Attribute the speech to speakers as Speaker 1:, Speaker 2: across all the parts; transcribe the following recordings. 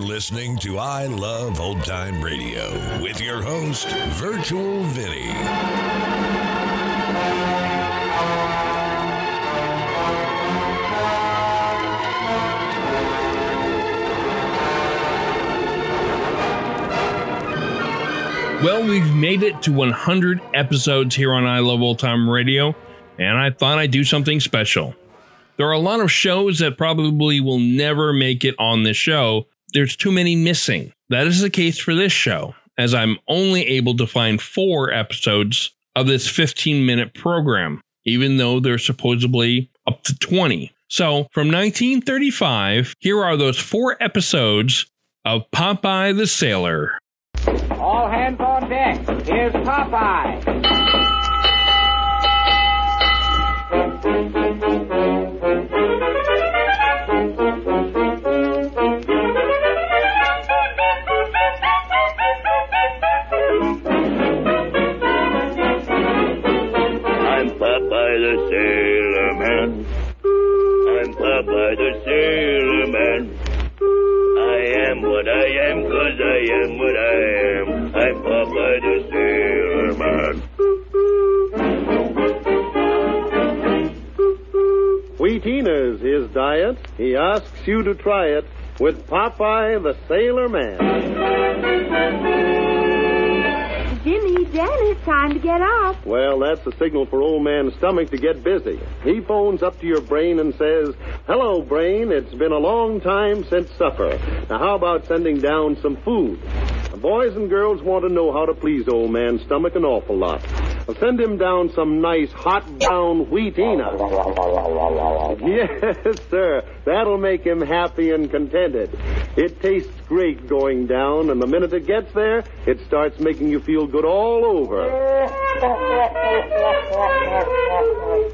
Speaker 1: listening to I Love Old Time Radio with your host, Virtual Vinny.
Speaker 2: Well, we've made it to 100 episodes here on I Love Old Time Radio, and I thought I'd do something special. There are a lot of shows that probably will never make it on this show. There's too many missing. That is the case for this show, as I'm only able to find four episodes of this 15 minute program, even though there's supposedly up to 20. So, from 1935, here are those four episodes of Popeye the Sailor.
Speaker 3: All hands on deck. Here's Popeye.
Speaker 4: I'm Popeye the Sailor Man. I'm Popeye the Sailor Man. I am what I am 'cause I am what I am. I'm Popeye the Sailor Man.
Speaker 5: Wheatina's his diet. He asks you to try it with Popeye the Sailor Man.
Speaker 6: Jimmy, Dan, it's time to get up.
Speaker 5: Well, that's a signal for old man's stomach to get busy. He phones up to your brain and says, Hello, brain. It's been a long time since supper. Now, how about sending down some food? The Boys and girls want to know how to please old man's stomach an awful lot. Well, send him down some nice hot brown wheatina. Yes, sir. That'll make him happy and contented. It tastes great going down, and the minute it gets there, it starts making you feel good all over.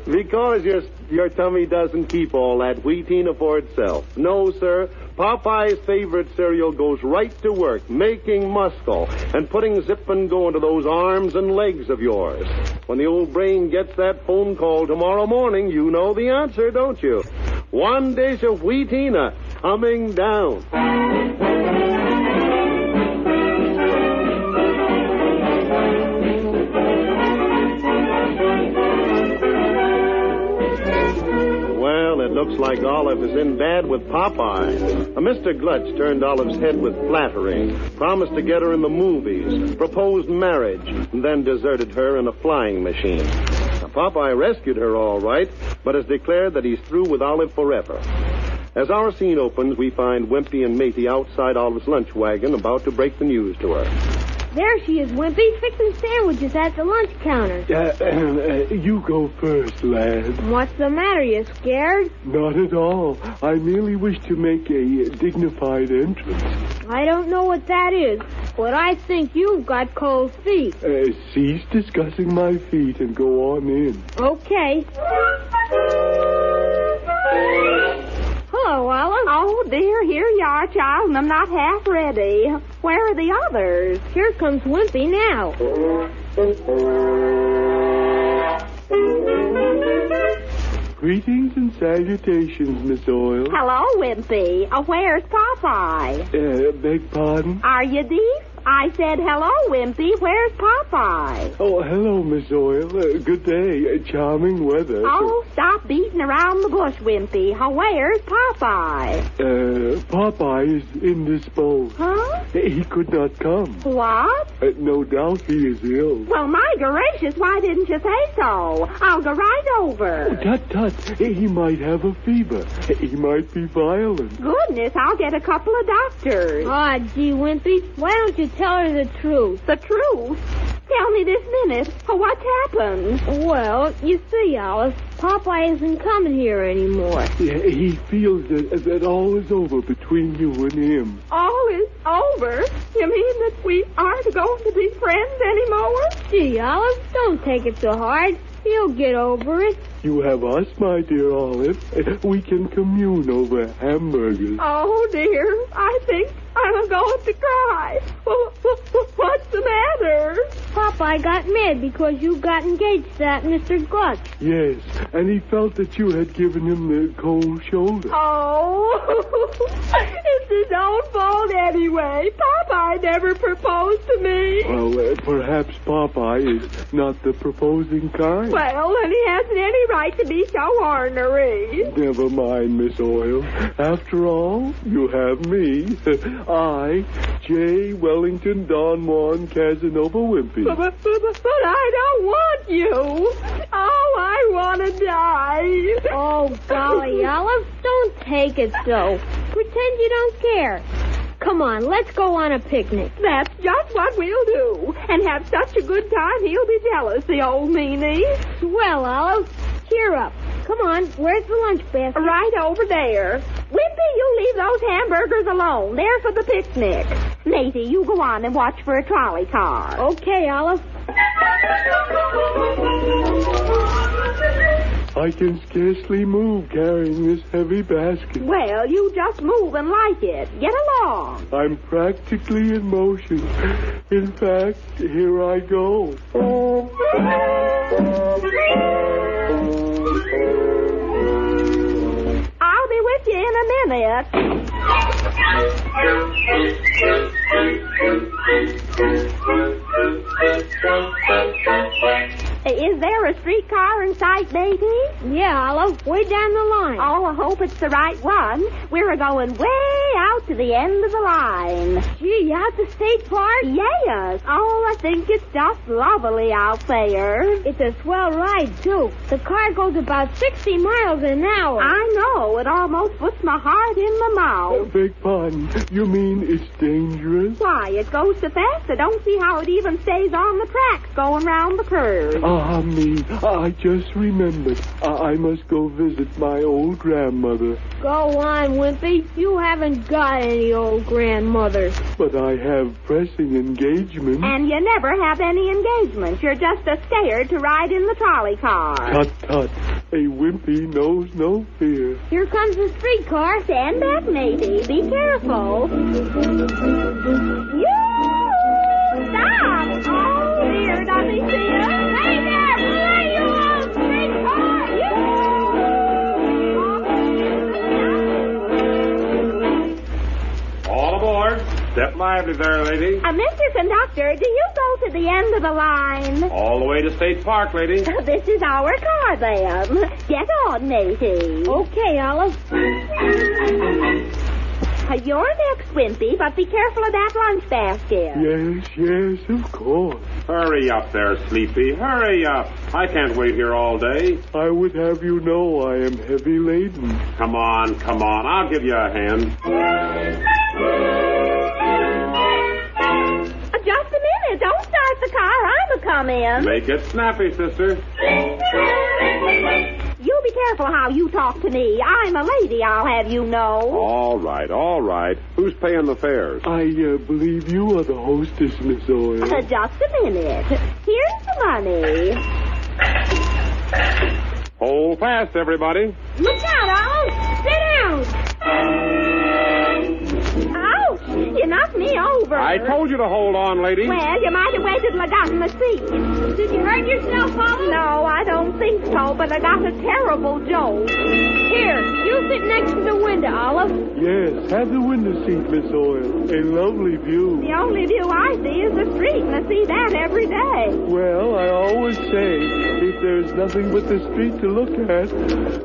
Speaker 5: Because your your tummy doesn't keep all that wheatina for itself. No, sir. Popeye's favorite cereal goes right to work, making muscle and putting zip and go into those arms and legs of yours. When the old brain gets that phone call tomorrow morning, you know the answer, don't you? One dish of wheatina coming down. Well, it looks like Olive is in bad with Popeye. A Mr. Glutch turned Olive's head with flattery, promised to get her in the movies, proposed marriage, and then deserted her in a flying machine. Now, Popeye rescued her all right, but has declared that he's through with Olive forever. As our scene opens, we find Wimpy and Matey outside Olive's lunch wagon about to break the news to her.
Speaker 6: There she is, Wimpy, fixing sandwiches at the lunch counter.
Speaker 7: Uh, you go first, lad.
Speaker 6: What's the matter? You scared?
Speaker 7: Not at all. I merely wish to make a dignified entrance.
Speaker 6: I don't know what that is, but I think you've got cold feet.
Speaker 7: Uh, cease discussing my feet and go on in.
Speaker 6: Okay.
Speaker 8: Hello, Olive. Oh, dear, here you are, child, and I'm not half ready. Where are the others?
Speaker 6: Here comes Wimpy now.
Speaker 7: Greetings and salutations, Miss Oil.
Speaker 8: Hello, Wimpy. Oh, where's Popeye?
Speaker 7: Uh, beg pardon?
Speaker 8: Are you deaf? I said, hello, Wimpy. Where's Popeye?
Speaker 7: Oh, hello, Miss Oil. Uh, good day. Uh, charming weather.
Speaker 8: Oh, stop beating around the bush, Wimpy. Oh, where's Popeye?
Speaker 7: Uh, Popeye is indisposed.
Speaker 8: Huh?
Speaker 7: He could not come.
Speaker 8: What?
Speaker 7: Uh, no doubt he is ill.
Speaker 8: Well, my gracious, why didn't you say so? I'll go right over.
Speaker 7: Tut tut. He might have a fever. He might be violent.
Speaker 8: Goodness, I'll get a couple of doctors.
Speaker 6: Aw, gee, Wimpy, why don't you tell her the truth?
Speaker 8: The truth? Tell me this minute. Oh, What's happened?
Speaker 6: Well, you see, Alice, Popeye isn't coming here anymore.
Speaker 7: Yeah, He feels that, that all is over between you and him.
Speaker 8: All is over? You mean that we aren't going to be friends anymore?
Speaker 6: Gee, Alice, don't take it so hard. He'll get over it.
Speaker 7: You have us, my dear Olive. We can commune over hamburgers.
Speaker 8: Oh, dear. I think I'm going to cry. What's the matter?
Speaker 6: Popeye got mad because you got engaged to that Mr. Glutz.
Speaker 7: Yes, and he felt that you had given him the cold shoulder.
Speaker 8: Oh, it's his own fault anyway. Popeye never proposed to me.
Speaker 7: Well, uh, perhaps Popeye is not the proposing kind.
Speaker 8: Well, and he hasn't any right to be so ornery.
Speaker 7: Never mind, Miss Oil. After all, you have me. I, J. Wellington Don Juan Casanova
Speaker 8: But,
Speaker 7: Wimpy.
Speaker 8: but, but, but I don't want you. Oh, I want to die.
Speaker 6: Oh, golly, Olive, don't take it so. Pretend you don't care. Come on, let's go on a picnic.
Speaker 8: That's just what we'll do. And have such a good time, he'll be jealous, the old meanie.
Speaker 6: Well, Olive, cheer up. Come on, where's the lunch basket?
Speaker 8: Right over there. Wimpy, you leave those hamburgers alone. They're for the picnic. Maisie, you go on and watch for a trolley car.
Speaker 6: Okay, Olive.
Speaker 7: I can scarcely move carrying this heavy basket.
Speaker 8: Well, you just move and like it. Get along.
Speaker 7: I'm practically in motion. In fact, here I go.
Speaker 8: I'll be with you in a minute. Is there a streetcar in sight, baby?
Speaker 6: Yeah, Olive, way down the line.
Speaker 8: Oh, I hope it's the right one. We're going way out to the end of the line.
Speaker 6: Gee, out the state park?
Speaker 8: Yes. Oh, I think it's just lovely out there.
Speaker 6: It's a swell ride, too. The car goes about 60 miles an hour.
Speaker 8: I know. It almost puts my heart in my mouth.
Speaker 7: Beg pardon. You mean it's dangerous?
Speaker 8: Why, it goes so fast I don't see how it even stays on the tracks going round the curve.
Speaker 7: Ah, me. I just remembered. I, I must go visit my old grandmother.
Speaker 6: Go on, Wimpy. You haven't got any old grandmother.
Speaker 7: But I have pressing engagements.
Speaker 8: And you never have any engagements. You're just a scared to ride in the trolley car.
Speaker 7: Tut tut. A wimpy knows no fear.
Speaker 6: Here comes the streetcar.
Speaker 8: Stand back, maybe. Be careful. You stop! Oh dear, does he see us? Hey there, who are you, old streetcar? You.
Speaker 9: All aboard. Step lively there, lady.
Speaker 8: Uh, Mr. Conductor, do you go to the end of the line?
Speaker 9: All the way to State Park, lady.
Speaker 8: This is our car, ma'am. Get on, matey.
Speaker 6: Okay, Olive.
Speaker 8: Uh, You're next, Wimpy, but be careful of that lunch basket.
Speaker 7: Yes, yes, of course.
Speaker 9: Hurry up there, Sleepy. Hurry up. I can't wait here all day.
Speaker 7: I would have you know I am heavy laden.
Speaker 9: Come on, come on. I'll give you a hand.
Speaker 8: Uh, Just a minute. Don't start the car. I'm a come in.
Speaker 9: Make it snappy, sister.
Speaker 8: You be careful how you talk to me. I'm a lady, I'll have you know.
Speaker 9: All right, all right. Who's paying the fares?
Speaker 7: I uh, believe you are the hostess, Miss Oil.
Speaker 8: Uh, Just a minute. Here's the money.
Speaker 9: Hold fast, everybody.
Speaker 8: Look out, Olive. Sit down. Ouch. You knocked me over.
Speaker 9: I told you to hold on, lady.
Speaker 8: Well, you might have waited till I got in the seat. Did you hurt yourself, Olive? No, I don't think so, but I got a terrible jolt.
Speaker 6: Here, you sit next to the window, Olive.
Speaker 7: Yes, have the window seat, Miss Oil. A lovely view.
Speaker 8: The only view I see is the street, and I see that every day.
Speaker 7: Well, I always say, if there's nothing but the street to look at,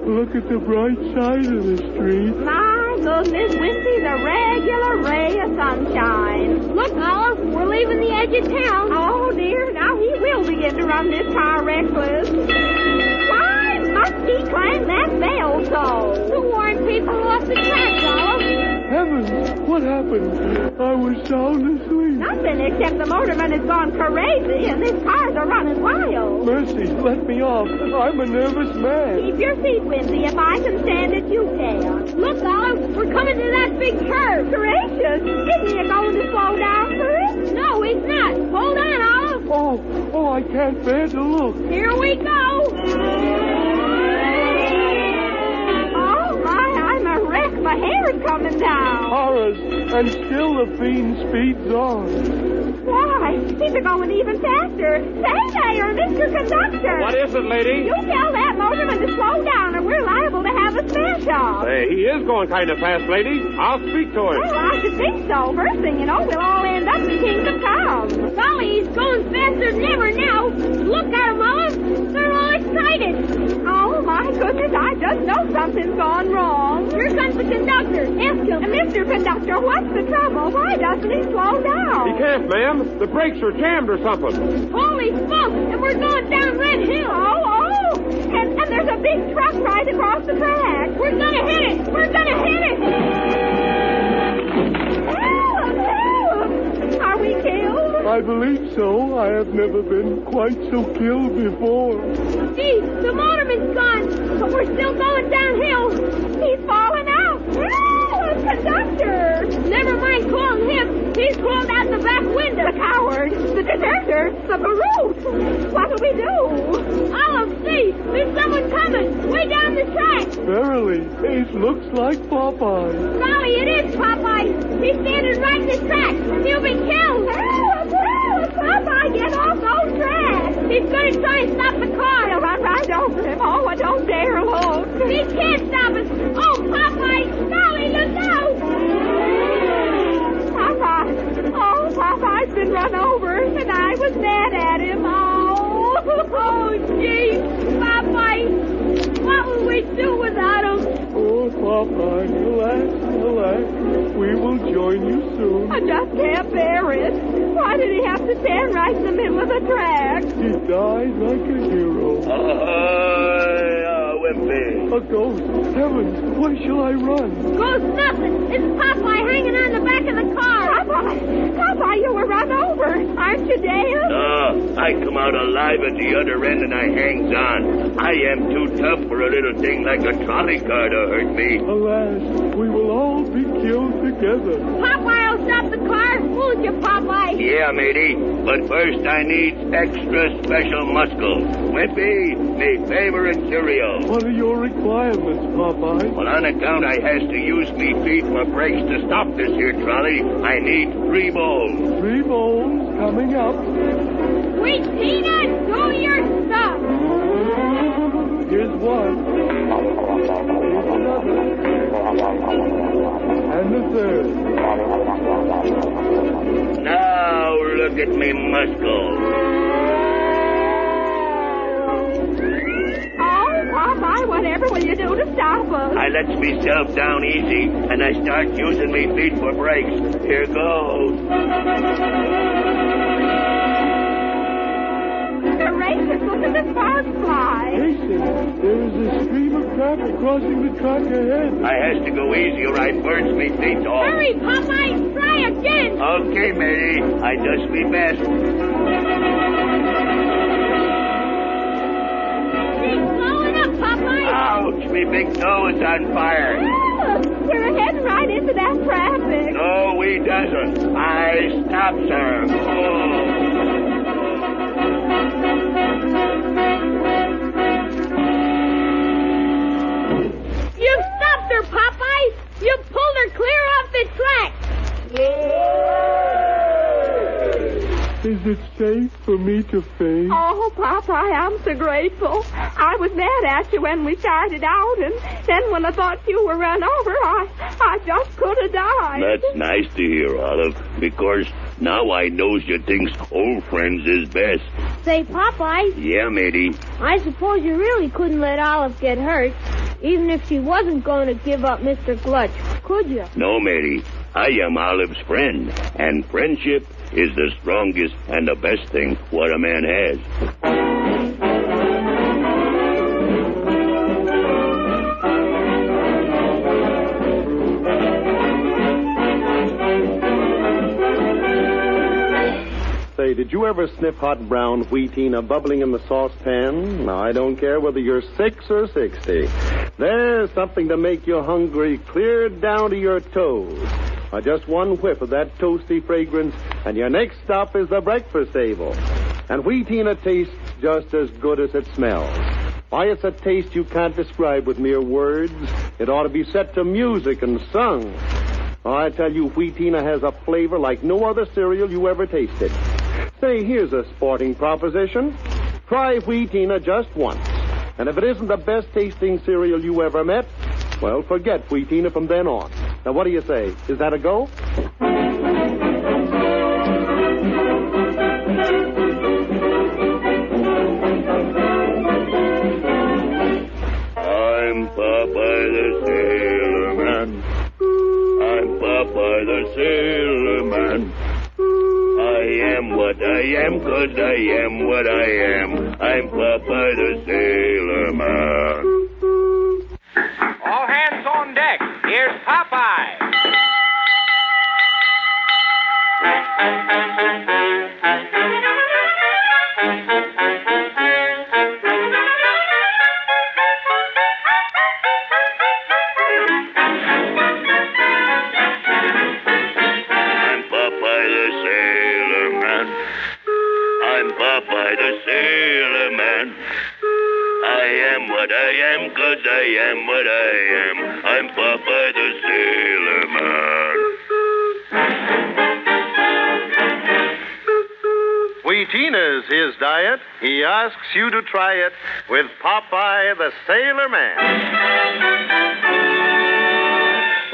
Speaker 7: look at the bright side of the street.
Speaker 8: My goodness, Wincy's a regular ray of sunshine.
Speaker 6: Look, Olive, we're leaving the edge of town.
Speaker 8: Oh dear, now he will begin to run this car reckless. Why must he climb that bell
Speaker 6: To
Speaker 8: so?
Speaker 6: warn people off the tracks, Olive.
Speaker 7: Heavens, what happened? I was sound asleep.
Speaker 8: Nothing except the motorman has gone crazy and his cars are running wild.
Speaker 7: Mercy, let me off. I'm a nervous man.
Speaker 8: Keep your seat, Wincy. If I can stand it, you can.
Speaker 6: Look, Olive, we're coming to that big curve.
Speaker 8: Gracious, isn't he going to slow down for it?
Speaker 6: No, he's not. Hold on, Olive.
Speaker 7: Oh, oh, I can't bear to look.
Speaker 6: Here we go.
Speaker 8: Oh,
Speaker 7: horrors, and still the fiend speeds on.
Speaker 8: Why? These are going even faster. Say there, Mr. Conductor.
Speaker 10: What is it, lady?
Speaker 8: You tell that motorman to slow down, or we're liable to have a smash-off.
Speaker 10: Hey, he is going kind of fast, lady. I'll speak to him.
Speaker 8: Well, I should think so. First thing you know, we'll all end up in Kingdom Come.
Speaker 6: Golly, he's going faster than ever now. Look at him, Olive. They're all excited.
Speaker 8: Oh, my goodness, I just know something's gone wrong.
Speaker 6: Here comes the conductor. Ask him.
Speaker 8: And Mr. Conductor, what's the trouble? Why doesn't he slow down?
Speaker 10: He can't, ma'am. The brakes are jammed or something.
Speaker 6: Holy smokes, and we're going down Red Hill.
Speaker 8: Oh, oh. And, and there's a big truck right across the track.
Speaker 6: We're going to hit it. We're going to hit
Speaker 8: it. Help! Help! Are we killed?
Speaker 7: I believe so. I have never been quite so killed before.
Speaker 6: Gee, the motorman's gone, but we're still going downhill.
Speaker 8: He's falling out. Oh, conductor!
Speaker 6: Ah, Never mind calling him. He's crawled out the back window.
Speaker 8: The coward, the deserter, the brute. What'll we do?
Speaker 6: Olive, see, there's someone coming way down the track.
Speaker 7: Verily, it looks like Popeye.
Speaker 6: Golly, it is Popeye. He's standing right in the track. He'll be killed.
Speaker 8: Help! Help! Popeye, get off those tracks.
Speaker 6: He's going to try and stop the car.
Speaker 8: He'll run right over him. Oh, I don't dare look.
Speaker 6: He can't stop us. Oh, Popeye, golly, look out.
Speaker 8: Popeye. Oh, Popeye's been run over, and I was mad at him. Oh,
Speaker 6: oh, gee. Popeye, what will we do without him?
Speaker 7: Oh, Popeye, relax, relax. We will join you soon.
Speaker 8: I just can't bear it. Why did he have to stand right in the middle of the track?
Speaker 7: He died like a hero.
Speaker 4: Ahoy, uh, Wimpy.
Speaker 7: A ghost. Heavens, where shall I run?
Speaker 6: Ghost nothing. It's Popeye hanging on the back of the car.
Speaker 8: Popeye, Popeye, you were run over. Aren't you dead?
Speaker 4: No, Ah, I come out alive at the other end and I hangs on. I am too tough for a little thing like a trolley car to hurt me.
Speaker 7: Alas, we will all be killed together.
Speaker 6: Popeye will stop the car, won't you, Popeye?
Speaker 4: Yeah, matey. But first I needs extra special muscle. Wimpy, me favorite cereal.
Speaker 7: What are your requirements, Popeye?
Speaker 4: Well, on account I has to use me feet for brakes to stop this here trolley, I need three bowls.
Speaker 7: Three bowls coming up.
Speaker 6: Wait, Peanut, do your stuff.
Speaker 7: Here's one. Here's another. And the third.
Speaker 4: Now look at me muscle.
Speaker 8: Oh, Popeye, whatever will you do to stop us?
Speaker 4: I lets myself down easy, and I start using me feet for brakes. Here goes.
Speaker 8: Gracious, look at the sparks fly.
Speaker 7: Jason, there is a stream of traffic crossing the track ahead.
Speaker 4: I has to go easy or I burns me feet off.
Speaker 6: Hurry, Popeye, try again.
Speaker 4: Okay, matey, I does me best. Ouch! Me big toe is on fire.
Speaker 8: Oh, we're heading right into that traffic.
Speaker 4: No, we doesn't. I stops her.
Speaker 6: Oh. You stopped her, Popeye. You pulled her clear off the track.
Speaker 7: Is it safe for me to faint?
Speaker 8: Oh, Popeye, I'm so grateful. I was mad at you when we started out, and then when I thought you were run over, I, I just could have died.
Speaker 4: That's nice to hear, Olive, because now I knows you thinks old friends is best.
Speaker 6: Say, Popeye.
Speaker 4: Yeah, matey.
Speaker 6: I suppose you really couldn't let Olive get hurt, even if she wasn't going to give up Mr. Glutch, could you?
Speaker 4: No, matey. I am Olive's friend, and friendship is the strongest and the best thing what a man has.
Speaker 5: Say, did you ever sniff hot brown wheatina bubbling in the saucepan? Now, I don't care whether you're six or sixty. There's something to make you hungry clear down to your toes. Now, just one whiff of that toasty fragrance, and your next stop is the breakfast table. And Wheatina tastes just as good as it smells. Why, it's a taste you can't describe with mere words. It ought to be set to music and sung. Oh, I tell you, Wheatina has a flavor like no other cereal you ever tasted. Say, here's a sporting proposition. Try Wheatina just once. And if it isn't the best tasting cereal you ever met, well, forget Wheatina from then on. Now, what do you say? Is that a go?
Speaker 4: I'm Popeye the Sailor Man. I'm Popeye the Sailor Man. I am what I am, 'cause I am what I am. I'm Popeye the Sailor Man.
Speaker 3: All hands on deck. Here's Popeye.
Speaker 4: I'm Popeye the Sailor Man. I'm Popeye the Sailor Man. I am what I am, 'cause I am what I am. I'm Popeye the Sailor Man.
Speaker 5: Wheatina's his diet. He asks you to try it with Popeye the Sailor Man.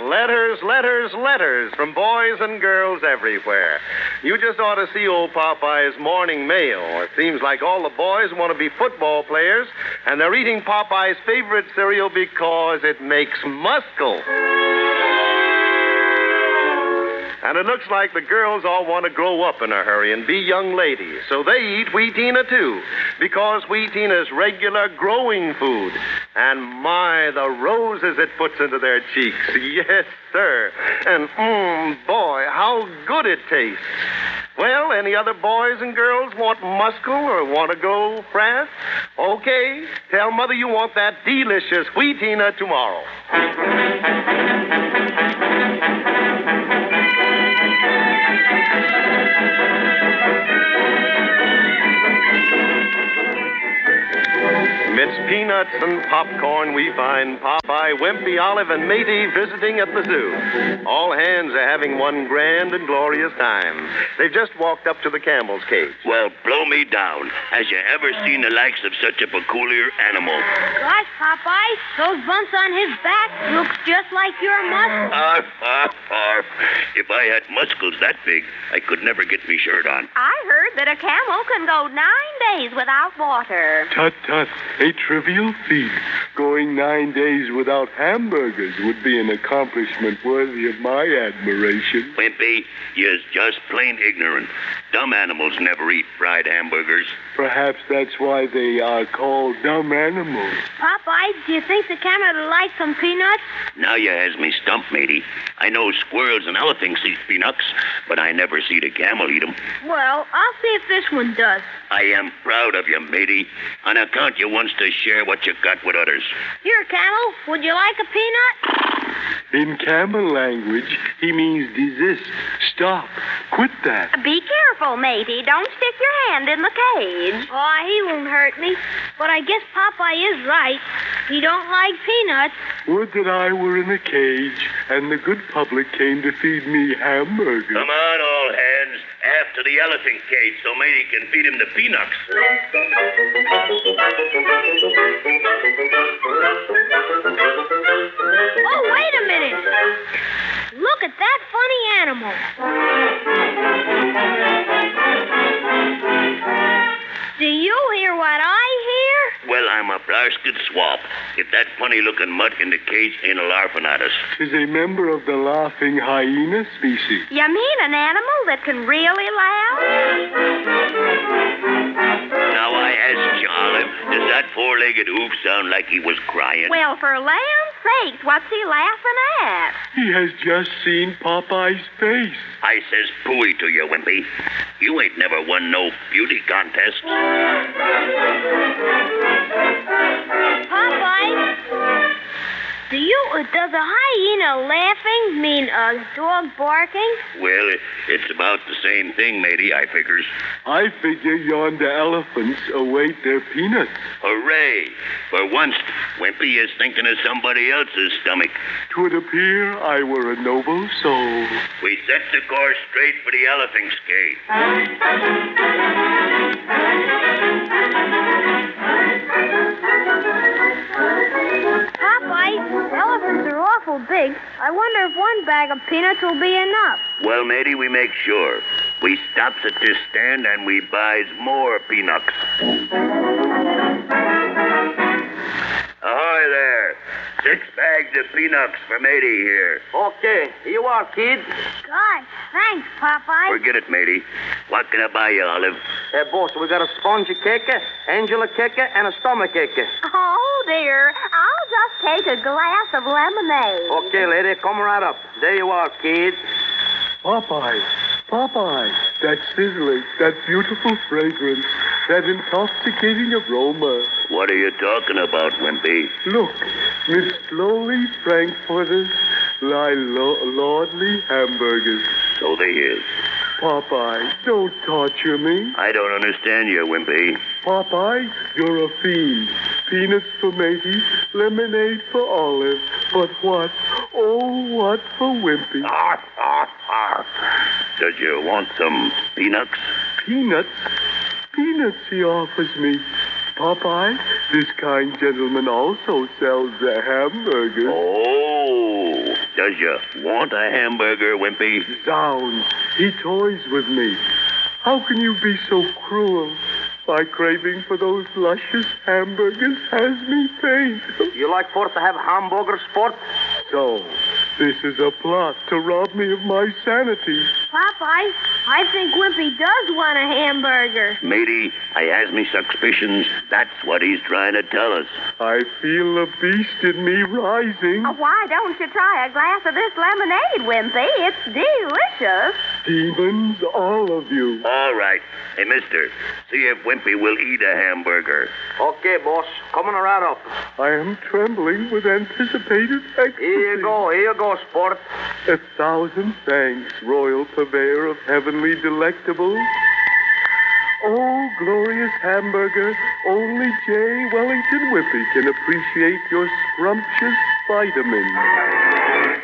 Speaker 5: Letters, letters, letters from boys and girls everywhere. You just ought to see old Popeye's morning mail. It seems like all the boys want to be football players, and they're eating Popeye's favorite cereal because it makes muscle. And it looks like the girls all want to grow up in a hurry and be young ladies. So they eat Wheatina, too, because Wheatina is regular growing food. And my, the roses it puts into their cheeks. Yes, sir. And, mmm, boy, how good it tastes. Well, any other boys and girls want muscle or want to go fast? Okay, tell Mother you want that delicious Wheatina tomorrow. Amidst peanuts and popcorn, we find Popeye, Wimpy, Olive, and Matey visiting at the zoo. All hands are having one grand and glorious time. They've just walked up to the camel's cage.
Speaker 4: Well, blow me down. Has you ever seen the likes of such a peculiar animal?
Speaker 6: Gosh, Popeye, those bumps on his back looks just like your muscle.
Speaker 4: Arf, arf, arf. If I had muscles that big, I could never get me shirt on.
Speaker 11: I heard that a camel can go nine days without water.
Speaker 7: Tut tut, a trivial feat. Going nine days without hamburgers would be an accomplishment worthy of my admiration.
Speaker 4: Wimpy, you're just plain ignorant. Dumb animals never eat fried hamburgers.
Speaker 7: Perhaps that's why they are called dumb animals.
Speaker 6: Popeye, do you think the camel would like some peanuts?
Speaker 4: Now you has me stumped, matey. I know squirrels and elephants eat peanuts, but I never see a camel eat 'em.
Speaker 6: Well, I'll see if this one does.
Speaker 4: I am proud of you, matey, on account you wants to share what you got with others.
Speaker 6: Here, camel, would you like a peanut?
Speaker 7: In camel language, he means desist, stop, quit that.
Speaker 11: Uh, Be careful, matey. Don't stick your hand in the cage.
Speaker 6: Aw, he won't hurt me. But I guess Popeye is right. He don't like peanuts.
Speaker 7: Would that I were in a cage and the good public came to feed me hamburgers.
Speaker 4: Come on, all hands, after the elephant cage so matey can feed him the peanuts.
Speaker 6: Oh, wait a minute. Look at that funny animal. Do you hear what I hear?
Speaker 4: Well, I'm a blasted swamp. If that funny looking mutt in the cage ain't a larfin' at us.
Speaker 7: Is a member of the laughing hyena species.
Speaker 11: You mean an animal that can really laugh?
Speaker 4: Now I ask you, Olive, does that four legged oof sound like he was crying?
Speaker 11: Well, for lamb's sakes, what's he laughing at?
Speaker 7: He has just seen Popeye's face.
Speaker 4: I says pooey to you, Wimpy. You ain't never won no beauty contest.
Speaker 6: Popeye, do you
Speaker 11: Does a hyena laughing mean a dog barking?
Speaker 4: Well, it, it's about the same thing, matey, I figures.
Speaker 7: I figure yonder elephants await their peanuts.
Speaker 4: Hooray! For once, Wimpy is thinking of somebody else's stomach.
Speaker 7: Twould appear I were a noble soul.
Speaker 4: We set the course straight for the elephant's cave.
Speaker 6: Popeye, elephants are awful big. I wonder if one bag of peanuts will be enough.
Speaker 4: Well, matey, we make sure. We stops at this stand and we buys more peanuts. Ahoy there! Six bags of peanuts for matey here.
Speaker 12: Okay, here you are, kid.
Speaker 11: Gosh, thanks, Popeye.
Speaker 4: Forget it, matey. What can I buy you, Olive?
Speaker 12: Hey, boss, we got a spongy cake, angela cake, and a stomach cake.
Speaker 11: Oh, dear. I'll just take a glass of lemonade.
Speaker 12: Okay, lady, come right up. There you are, kid.
Speaker 7: Popeye, Popeye, that sizzling, that beautiful fragrance, that intoxicating aroma.
Speaker 4: What are you talking about, Wimpy?
Speaker 7: Look, Miss Lowly Frankfurters lie lo- lordly hamburgers.
Speaker 4: So they is.
Speaker 7: Popeye, don't torture me.
Speaker 4: I don't understand you, Wimpy.
Speaker 7: Popeye, you're a fiend. Peanuts for matey, lemonade for olive. But what, oh, what for Wimpy?
Speaker 4: Arf, arf, arf. Did you want some peanuts?
Speaker 7: Peanuts? Peanuts he offers me. Popeye, this kind gentleman also sells a hamburger.
Speaker 4: Oh, does you want a hamburger, Wimpy?
Speaker 7: Zounds, he toys with me. How can you be so cruel? My craving for those luscious hamburgers has me faint.
Speaker 12: You like for to have hamburger sport?
Speaker 7: So, this is a plot to rob me of my sanity.
Speaker 6: Popeye, I think Wimpy does want a hamburger.
Speaker 4: Matey, I has me suspicions. That's what he's trying to tell us.
Speaker 7: I feel the beast in me rising.
Speaker 11: Oh, why don't you try a glass of this lemonade, Wimpy? It's delicious.
Speaker 7: Demons, all of you.
Speaker 4: All right. Hey, mister, see if Wimpy will eat a hamburger.
Speaker 12: Okay, boss. Coming right up.
Speaker 7: I am trembling with anticipated ecstasy.
Speaker 12: Here you go, here you go, sport.
Speaker 7: A thousand thanks, royal purveyor of heavenly delectables. Oh, glorious hamburger, only J. Wellington Whippy can appreciate your scrumptious vitamins.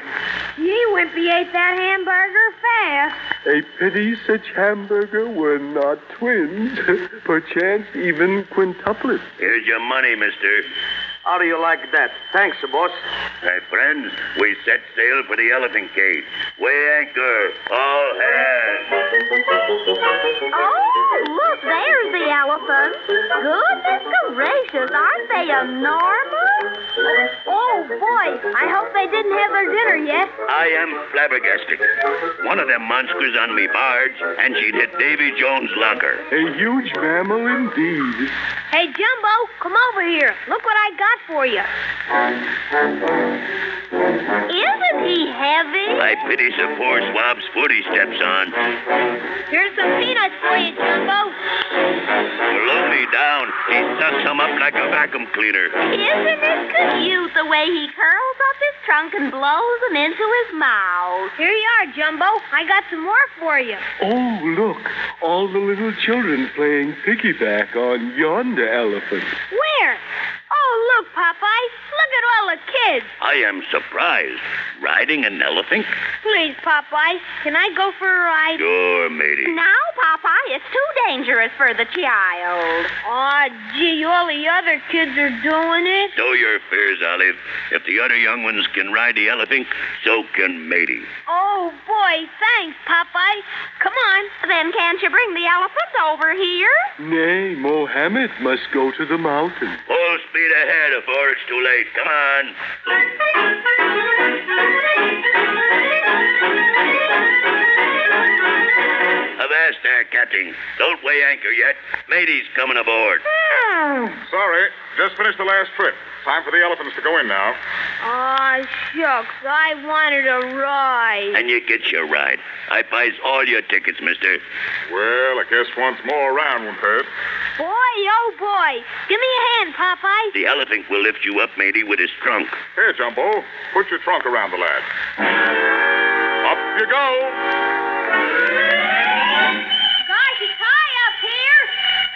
Speaker 6: Gee, Wimpy ate that hamburger fast.
Speaker 7: A pity such hamburger were not twins, perchance even quintuplets.
Speaker 4: Here's your money, mister.
Speaker 12: How do you like that? Thanks, boss.
Speaker 4: Hey, friends, we set sail for the elephant cave. Weigh anchor, all hands.
Speaker 11: Oh, look, there's the elephants. Goodness gracious, aren't they enormous? Oh, boy, I hope they didn't have their dinner yet.
Speaker 4: I am flabbergasted. One of them monsters on me barge, and she'd hit Davy Jones' locker.
Speaker 7: A huge mammal indeed.
Speaker 11: Hey, Jumbo, come over here. Look what I got for you. Isn't he heavy?
Speaker 4: I pity some poor swab's foot he steps on.
Speaker 11: Here's some peanuts for you, Jumbo.
Speaker 4: Blow me down. He sucks him up like a vacuum cleaner.
Speaker 11: Isn't it cute the way he curls up his trunk and blows them into his mouth? Here you are, Jumbo. I got some more for you.
Speaker 7: Oh, look. All the little children playing piggyback on yonder elephant.
Speaker 11: Where? Oh, look, Popeye. Look at all the kids.
Speaker 4: I am surprised. Riding an elephant?
Speaker 11: Please, Popeye, can I go for a ride?
Speaker 4: Sure, matey.
Speaker 11: Now, Popeye, it's too dangerous for the child. Aw, oh, gee, all the other kids are doing it.
Speaker 4: Know your fears, Olive. If the other young ones can ride the elephant, so can matey.
Speaker 11: Oh, boy, thanks, Popeye. Come on. Then can't you bring the elephant over here?
Speaker 7: Nay, Mohammed must go to the mountain.
Speaker 4: Full speed ahead before it's too late. Come on. Avast there, Captain. Don't weigh anchor yet. Matey's coming aboard. Hmm.
Speaker 10: Sorry, just finished the last trip. Time for the elephants to go in now.
Speaker 6: Aw, shucks. I wanted a ride.
Speaker 4: And you get your ride. I buys all your tickets, mister.
Speaker 10: Well, I guess once more around won't hurt.
Speaker 11: Boy, oh boy. Give me a hand, Popeye.
Speaker 4: The elephant will lift you up, matey, with his trunk.
Speaker 10: Here, Jumbo, put your trunk around the lad. Up you go.
Speaker 11: Gosh, it's high up here.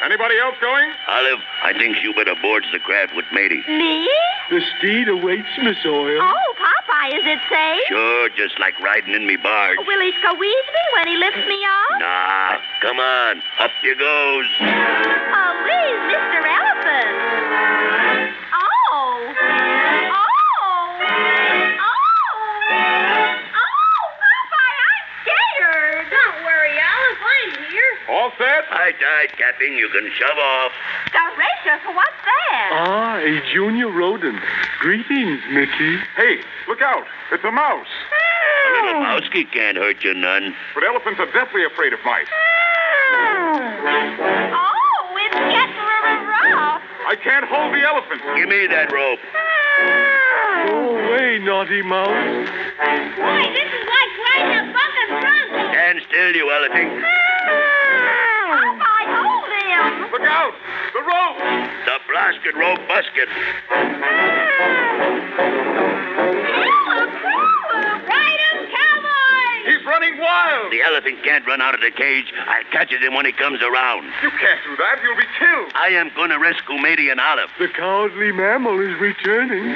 Speaker 10: Anybody else going?
Speaker 4: Olive, I think you better board the craft with matey.
Speaker 11: Me?
Speaker 7: The steed awaits, Miss Oil.
Speaker 11: Oh, Popeye, is it safe?
Speaker 4: Sure, just like riding in me barge.
Speaker 11: Will he squeeze me when he lifts me up?
Speaker 4: Nah, come on, up you goes.
Speaker 11: Oh, please, Mr. Elephant. Oh. Oh. Oh. Oh, Popeye, I'm scared. Don't worry, Alice. I'm here.
Speaker 10: All set?
Speaker 4: Aye, aye, Captain, you can shove off.
Speaker 11: Gracious, what's that?
Speaker 7: Ah, a junior rodent. Greetings, Mickey.
Speaker 10: Hey, look out. It's a mouse.
Speaker 4: A little mousey can't hurt you none.
Speaker 10: But elephants are deathly afraid of mice.
Speaker 11: Oh, it's getting r- rough.
Speaker 10: I can't hold the elephant.
Speaker 4: Give me that rope.
Speaker 7: Go away, naughty mouse.
Speaker 11: Boy, this is like riding a buck of drunk.
Speaker 4: Stand still, you elephant.
Speaker 11: Popeye, hold him.
Speaker 10: Look out. The rope.
Speaker 4: The blasted rope busket.
Speaker 11: Help, help. Ride him, cowboy.
Speaker 10: He's running wild.
Speaker 4: The elephant can't run out of the cage. I'll catch him when he comes around.
Speaker 10: You can't do that. You'll be killed.
Speaker 4: I am going to rescue Matey and Olive.
Speaker 7: The cowardly mammal is returning.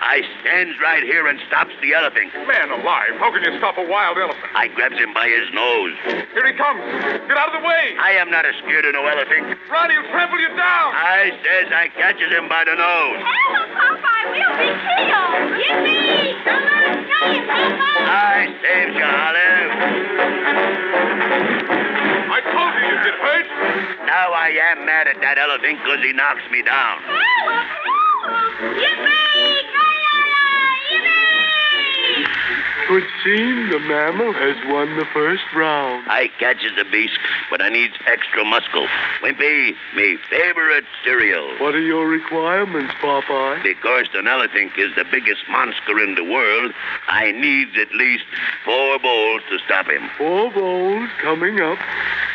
Speaker 4: I stands right here and stops the elephant.
Speaker 10: Man alive, how can you stop a wild elephant?
Speaker 4: I grabs him by his nose.
Speaker 10: Here he comes. Get out of the way.
Speaker 4: I am not a scared of no elephant.
Speaker 10: Run, he'll trample you down.
Speaker 4: I says I catches him by the nose.
Speaker 11: Help, Popeye, we'll be killed. Yippee. Come on, tell you, Popeye.
Speaker 4: I saves you, Olive.
Speaker 10: I told you you'd get hurt.
Speaker 4: Now I am mad at that elephant 'cause he knocks me down.
Speaker 11: Help, help. Yippee. Yippee.
Speaker 7: Twould seem the mammal has won the first round.
Speaker 4: I catches the beast, but I needs extra muscle. Wimpy, me favorite cereal.
Speaker 7: What are your requirements, Popeye?
Speaker 4: Because an elephant is the biggest monster in the world, I needs at least four bowls to stop him.
Speaker 7: Four bowls coming up.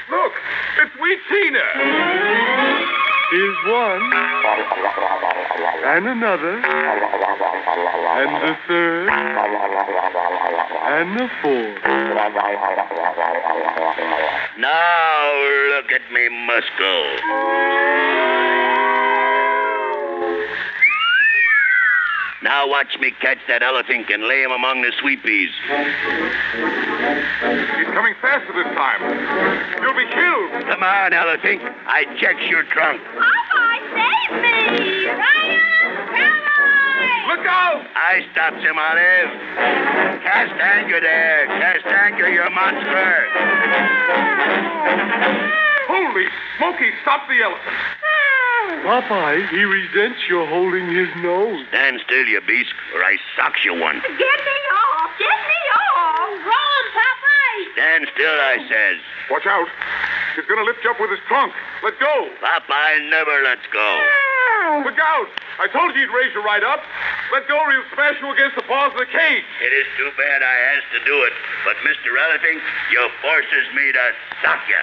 Speaker 10: Look, it's Wee Tina.
Speaker 7: Here's one. And another. And the third. And the fourth.
Speaker 4: Now look at me muscle. Now watch me catch that elephant and lay him among the sweet peas.
Speaker 10: He's coming faster this time. You'll be killed.
Speaker 4: Come on, elephant. I checks your trunk.
Speaker 11: Popeye, save me. Ride him, cowboy.
Speaker 10: Look out.
Speaker 4: I stops him, Olive. Cast anchor there. Cast anchor, you monster.
Speaker 10: Holy smoky, stop the elephant.
Speaker 7: Popeye, he resents your holding his nose.
Speaker 4: Stand still, you beast, or I socks you one.
Speaker 11: Get me off. Get me off. Roll him, Popeye.
Speaker 4: Stand still, I says.
Speaker 10: Watch out. He's going to lift you up with his trunk. Let go.
Speaker 4: Popeye never lets go.
Speaker 10: Look out. I told you he'd raise you right up. Let go or he'll smash you against the bars of the cage.
Speaker 4: It is too bad I has to do it, but Mr. Elephant, you forces me to sock you.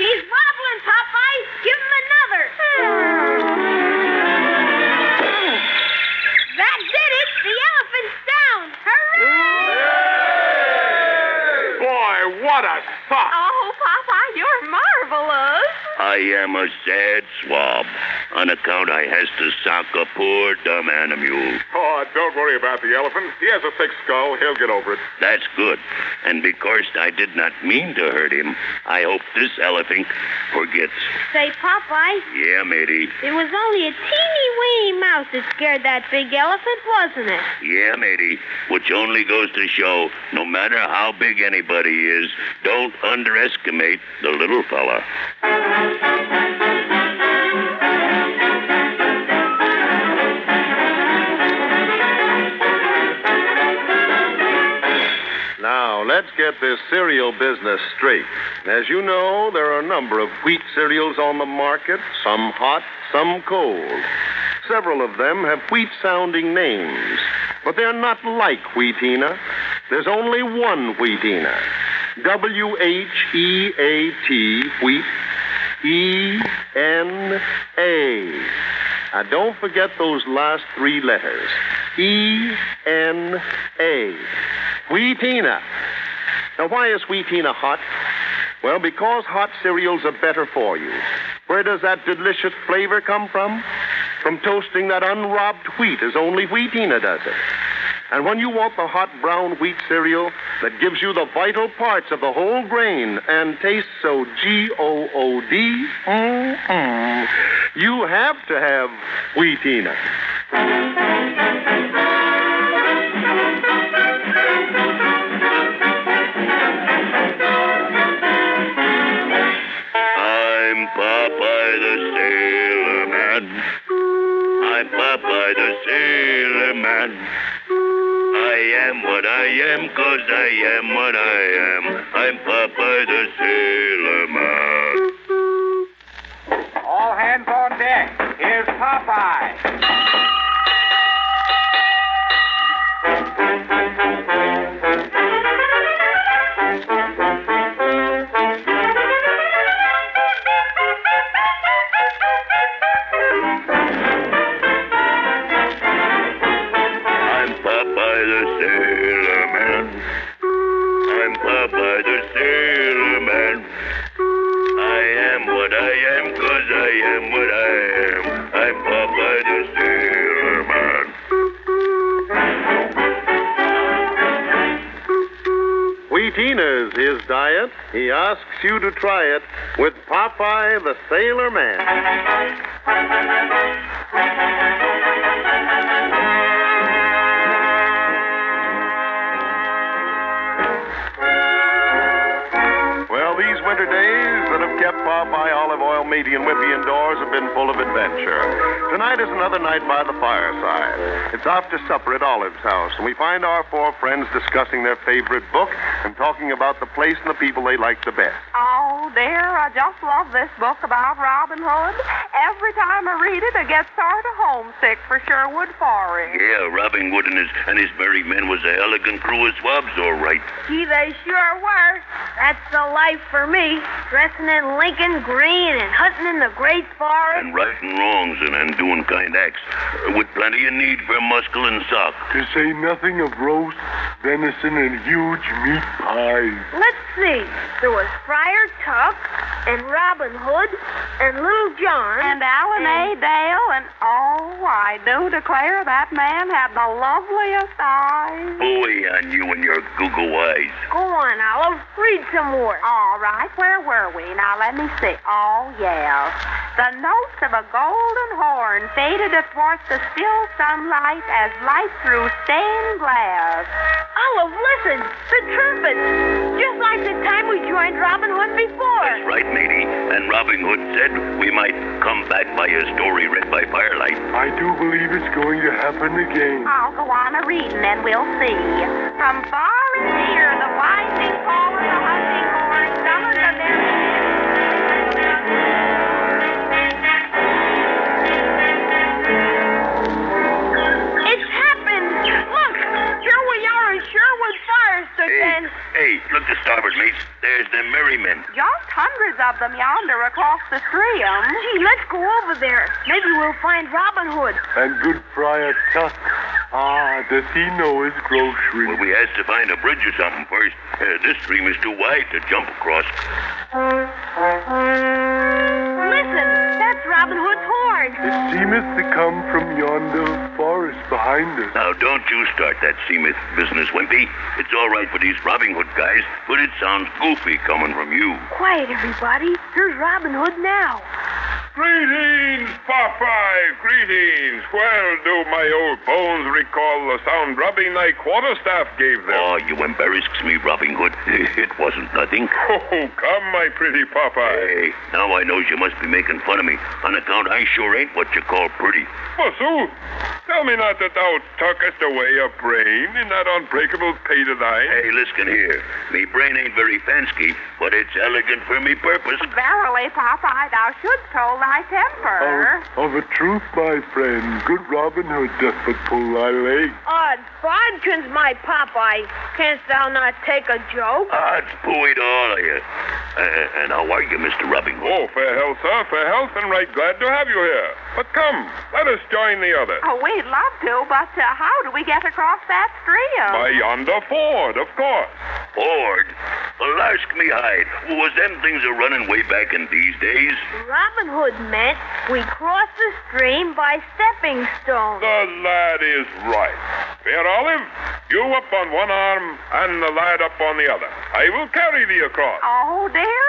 Speaker 11: He's wobbling, Popeye. Give him another. That did it. The elephant's down. Hooray!
Speaker 10: Boy, what a sock.
Speaker 8: Oh, Popeye, you're marvelous.
Speaker 4: I am a sad swab. On account I has to sock a poor dumb animal.
Speaker 10: Oh, don't worry about the elephant. He has a thick skull. He'll get over it.
Speaker 4: That's good. And because I did not mean to hurt him, I hope this elephant forgets.
Speaker 11: Say, Popeye,
Speaker 4: Yeah, matey.
Speaker 11: it was only a teeny weeny mouse that scared that big elephant, wasn't it?
Speaker 4: Yeah, matey. Which only goes to show, no matter how big anybody is, don't underestimate the little fella.
Speaker 5: Now, let's get this cereal business straight. As you know, there are a number of wheat cereals on the market, some hot, some cold. Several of them have wheat sounding names, but they're not like Wheatina. There's only one Wheatina.
Speaker 10: W H E A T, wheat.
Speaker 5: E N A. Now don't forget those last three letters. E N A. Wheatina. Now why is Wheatina hot? Well, because hot cereals are better for you. Where does that delicious flavor come from? From toasting that unrobbed wheat as only Wheatina does it. And when you want the hot brown wheat cereal that gives you the vital parts of the whole grain and tastes so G O O D, mm-mm, you have to have Wheatina.
Speaker 4: I'm Popeye the Sailor Man. I'm Popeye the Sailor Man. I am what I am 'cause I am what I am. I'm Popeye the Sailor Man.
Speaker 3: All hands on deck. Here's Popeye.
Speaker 4: I'm Popeye the Sailor Man. I'm Popeye the Sailor Man. I am what I am 'cause I am what I am. I'm Popeye the Sailor Man.
Speaker 5: Wheatina's his diet. He asks you to try it with Popeye the Sailor Man.
Speaker 8: Well, these winter days that have kept Popeye, Olive Oil, Meaty, and Whippy indoors have been full of adventure. Tonight is another night by the fireside. It's after supper at Olive's house, and we find our four friends discussing their favorite book and talking about the place and the people they like the best.
Speaker 13: Oh, dear, I just love this book about Robin Hood. Every time I read it, I get sort of homesick for Sherwood Forest.
Speaker 4: Yeah, Robin Hood and his, and his merry men was a elegant crew of swabs, all right.
Speaker 6: Gee, they sure were. That's the life for me. Dressing in Lincoln green and hunting in the great forest.
Speaker 4: And righting wrongs and, and doing kind acts, uh, with plenty of need for muscle and sock.
Speaker 7: To say nothing of roast, venison, and huge meat pies.
Speaker 6: Let's see. There was Friar Tuck and Robin Hood and Little John
Speaker 13: And Alan A. Dale, and oh, I do declare that man had the loveliest eyes.
Speaker 4: Boy, on you and your Google eyes.
Speaker 6: Go on, Olive. Read some more.
Speaker 13: All right, where were we? Now let me see. Oh, yes. The notes of a golden horn faded athwart the still sunlight as light through stained glass.
Speaker 6: Olive, Oh, listen. The trumpets. Just like the time we joined Robin Hood before.
Speaker 4: That's right, matey. And Robin Hood said we might come back by a story read by firelight.
Speaker 7: I do believe it's going to happen again.
Speaker 13: I'll go on a reading and we'll see. From far and near, the winding call of the hunting horn summons a
Speaker 6: It's happened. Look, here we are in Sherwood Forest again.
Speaker 4: Hey, look to starboard, mates. There's the merry men.
Speaker 13: Just hundreds of them yonder across the stream.
Speaker 6: Gee, let's go over there. Maybe we'll find Robin Hood.
Speaker 7: And good Friar Tuck. Ah, does he know his grocery?
Speaker 4: Well, we has to find a bridge or something first. Uh, this stream is too wide to jump across.
Speaker 6: Listen, that's Robin Hood's horn.
Speaker 7: It seemeth to come from yonder forest behind us.
Speaker 4: Now, don't you start that Seamith business, Wimpy. It's all right for these Robin Hood guys, but it sounds goofy coming from you.
Speaker 6: Quiet, everybody. Here's Robin Hood now.
Speaker 10: Greetings, Popeye, greetings. Well, do my old bones recall the sound rubbing thy quarterstaff gave them?
Speaker 4: Oh, you embarrassed me, Robin Hood. It wasn't nothing.
Speaker 10: Oh, come, my pretty
Speaker 4: Hey,
Speaker 10: Popeye.
Speaker 4: now I knows you must be making fun of me on account I sure ain't what you call pretty.
Speaker 10: Forsooth, tell me not that thou tuckest away a brain in that unbreakable pate of thine.
Speaker 4: Hey, listen here. Me brain ain't very fancy, but it's elegant for me purpose.
Speaker 13: Verily, Popeye, thou shouldst hold thy temper.
Speaker 7: Oh. Of, of a truth, my friend, good Robin Hood doth but pull thy leg.
Speaker 6: I God, Bodkin's my Popeye. Canst thou not take a joke?
Speaker 4: Odds buoyed all of you. Uh, and how are you, Mr. Rubbingwood?
Speaker 10: Oh, fair health, sir, fair health, and right glad to have you here. But come, let us join the others.
Speaker 13: Oh, we'd love to, but uh, how do we get across that stream?
Speaker 10: By yonder ford, of course.
Speaker 4: Ford? Alask me hide. Was them things a running way back in these days?
Speaker 14: Robin Hood meant we cross the stream by stepping stones.
Speaker 10: The lad is right. Fair Olive, you up on one arm and the lad up on the other. I will carry thee across.
Speaker 13: Oh, dear.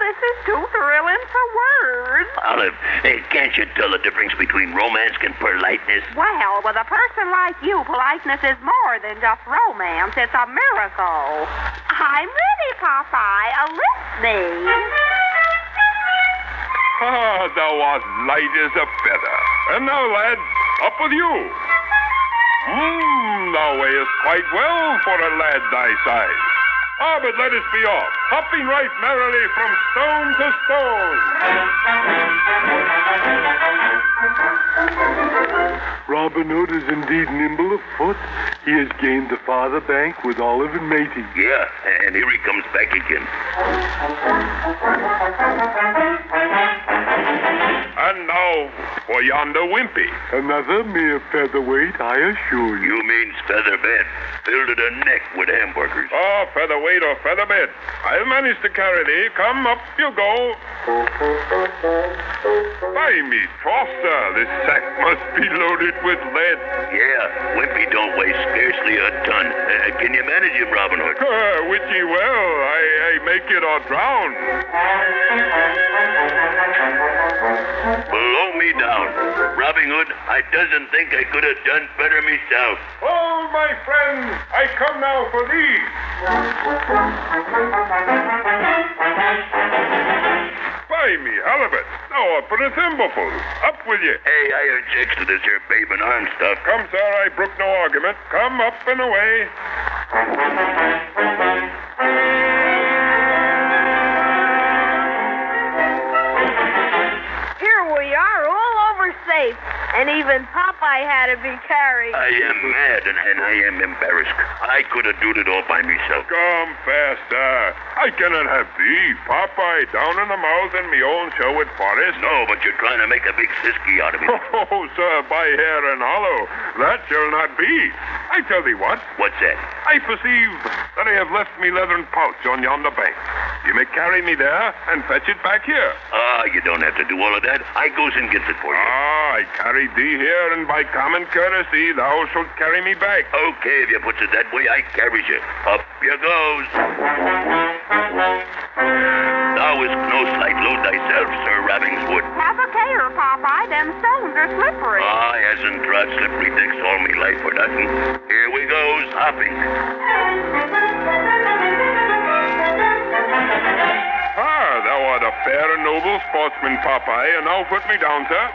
Speaker 13: This is too thrilling for words.
Speaker 4: Olive, hey, can't you tell the difference between romance and politeness?
Speaker 13: Well, with a person like you, politeness is more than just romance. It's a miracle. I'm ready, Popeye. A listening.
Speaker 10: Ah, thou art light as a feather. And now, lad, up with you. Mmm, thou weighest quite well for a lad thy size. Ah, but let us be off, hopping right merrily from stone to stone.
Speaker 7: Robin Hood is indeed nimble of foot. He has gained the farther bank with Olive and Matey.
Speaker 4: Yeah, and here he comes back again.
Speaker 10: And now for yonder wimpy.
Speaker 7: Another mere featherweight, I assure you.
Speaker 4: You means featherbed, filled to the neck with hamburgers.
Speaker 10: Oh, featherweight or featherbed. I'll manage to carry thee. Come up you go. By me, Foster, this sack must be loaded with lead.
Speaker 4: Yeah, Wimpy don't weigh scarcely a ton. Uh, can you manage him, Robin Hood?
Speaker 10: Uh, wit ye well, I, I make it or drown.
Speaker 4: Blow me down. Robin Hood, I doesn't think I could have done better myself.
Speaker 10: Hold, Oh, my friend, I come now for thee. By me, Halibut, thou art but a thimbleful. Up with ye.
Speaker 4: Hey, I objects to this here babe and arm stuff.
Speaker 10: Come, sir, I brook no argument. Come up and away.
Speaker 6: Here we are, all over safe. And even Popeye had to be carried.
Speaker 4: I am mad and, and I am embarrassed. I could have done it all by myself.
Speaker 10: Come faster. I cannot have thee, Popeye, down in the mouth in me own Sherwood Forest.
Speaker 4: No, but you're trying to make a big sisky out of me.
Speaker 10: Oh, sir, by hair and hollow, that shall not be. I tell thee what,
Speaker 4: What's that?
Speaker 10: I perceive that I have left me leathern pouch on yonder bank. You may carry me there and fetch it back here.
Speaker 4: Ah, you don't have to do all of that. I goes and gets it for you.
Speaker 10: Ah, I carried thee here, and by common courtesy thou shalt carry me back.
Speaker 4: Okay, if you puts it that way, I carries you. Up you goes. Thou is no slight load thyself, Sir Ravenswood.
Speaker 13: Have a care, Popeye. Them stones are slippery.
Speaker 4: I hasn't trod slippery dicks all me life for nothing. Here we goes, hopping.
Speaker 10: Ah, thou art a fair and noble sportsman, Popeye, and now put me down, sir.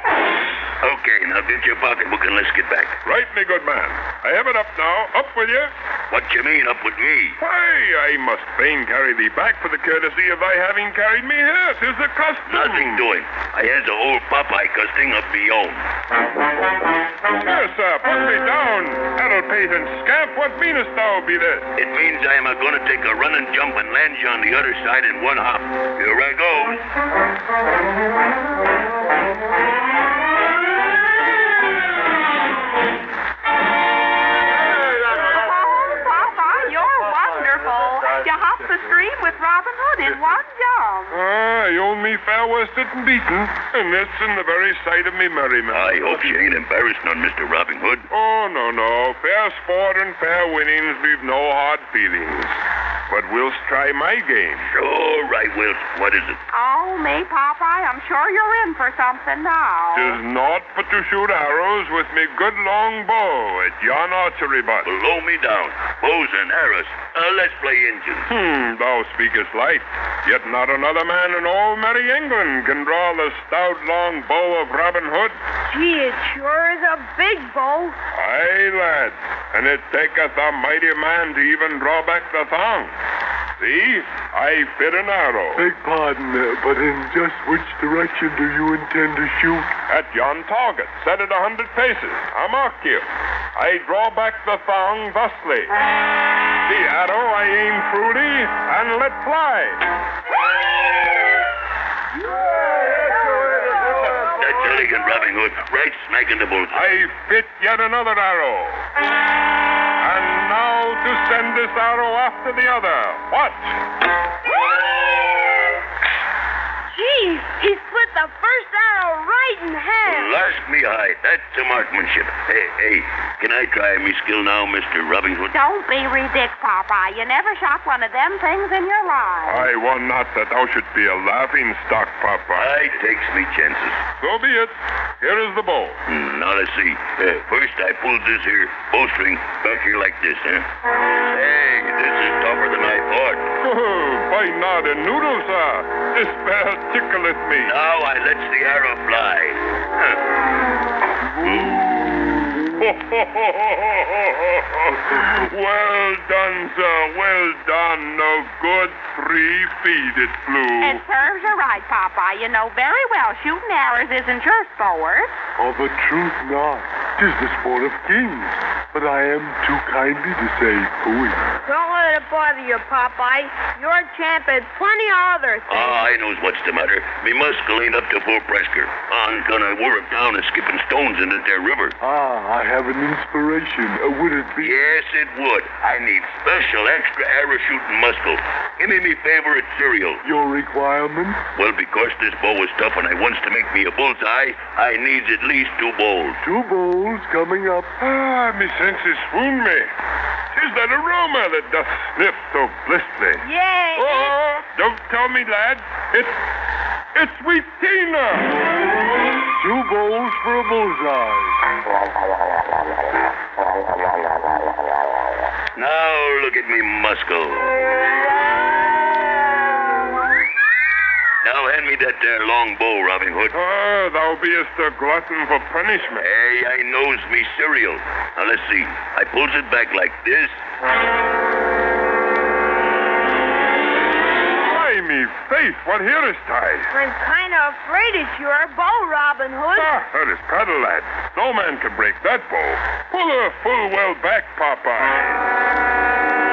Speaker 4: Okay, now get your pocketbook and let's get back.
Speaker 10: Right, me good man. I have it up now. Up with you.
Speaker 4: What you mean up with me?
Speaker 10: Hey, I must fain carry thee back for the courtesy of thy having carried me here. Tis the custom.
Speaker 4: Nothing doing. I has a old Popeye custing of me own.
Speaker 10: Here, sir, put me down. Harold Payton, scamp, what meanest thou be this?
Speaker 4: It means I am a going to take a run and jump and land you on the other side in one hop. Here I goes.
Speaker 13: Oh, Popeye, you're wonderful. You hopped the stream with Robin Hood in one jump.
Speaker 10: Ah, you own me fair worsted and beaten, and this in the very sight of me merriment.
Speaker 4: I hope she ain't embarrassed none, Mr. Robin Hood.
Speaker 10: Oh, no, no. Fair sport and fair winnings leave no hard feelings. But we'll try my game.
Speaker 4: Sure, I will. What is it?
Speaker 13: Oh, me, Popeye, I'm sure you're in for something now.
Speaker 10: Tis naught but to shoot arrows with me good long bow at yon archery butt.
Speaker 4: Blow me down. Bows and arrows. Uh, let's play engines.
Speaker 10: Hmm, thou speakest light. Yet not another man in all merry England can draw the stout long bow of Robin Hood.
Speaker 6: Gee, it sure is a big bow.
Speaker 10: Aye, lad, and it taketh a mighty man to even draw back the thong. See? I fit an arrow.
Speaker 7: Beg pardon, uh, but in just which direction do you intend to shoot?
Speaker 10: At yon target, set it a hundred paces. I mark you. I draw back the thong thusly. The arrow I aim truly and let fly.
Speaker 4: That's elegant, Robin Hood. Right smack in the bullseye.
Speaker 10: I fit yet another arrow. And now to send this arrow after the other. Watch!
Speaker 15: Gee, he split the first arrow right in half.
Speaker 4: Blast me high. That's the marksmanship. Hey, hey, can I try me skill now, Mr. Robin Hood?
Speaker 8: Don't be ridiculous, Popeye. You never shot one of them things in your life.
Speaker 10: I won not that thou should be a laughing stock, Papa.
Speaker 4: I takes me chances.
Speaker 10: So be it. Here is the bow.
Speaker 4: Hmm, now let's see. Uh, first, I pulled this here bowstring back here like this, huh? Hey, this is tougher than I thought.
Speaker 10: Why not a noodle, sir? This bear tickleth me.
Speaker 4: Now I lets the arrow fly. Huh.
Speaker 10: well done, sir. Well done. A good three feet it flew.
Speaker 8: It serves you right, Popeye. You know very well shooting arrows isn't your sport.
Speaker 7: Of a truth not. Tis the sport of kings. But I am too kindly to say pooey.
Speaker 15: Don't let it bother you, Popeye. You're champ at plenty of other
Speaker 4: Ah, I knows what's the matter. Me muscle ain't up to full pressure. I'm gonna work down and skipping stones into their river.
Speaker 7: Ah, I have an inspiration. Uh, would it be?
Speaker 4: Yes, it would. I need special extra arrow shooting muscle. Give me me favorite cereal.
Speaker 7: Your requirement?
Speaker 4: Well, because this bow is tough and I wants to make me a bullseye, I needs at least two bowls.
Speaker 7: Two bowls coming up.
Speaker 10: Ah, me senses swoon me. Tis that aroma that doth sniff so blissfully.
Speaker 15: Yay!
Speaker 10: Oh, don't tell me, lad. It's it's sweet Tina.
Speaker 7: Two bowls for a bullseye.
Speaker 4: Now look at me muscle. Now hand me that there long bow, Robin Hood.
Speaker 10: Ah, thou beest a glutton for punishment.
Speaker 4: Hey, I knows me cereal. Now let's see. I pulls it back like this.
Speaker 10: By me faith, what hearest I?
Speaker 15: I'm kind of afraid it's your bow, Robin Hood.
Speaker 10: Ah, that is paddle, lad. No man can break that bow. Pull her full well back, Popeye.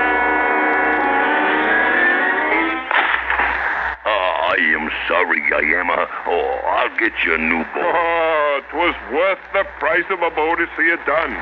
Speaker 4: Ah, I am sorry, I am. Uh, oh, I'll get you a new bow.
Speaker 10: Oh, 'twas worth the price of a bow to see it done.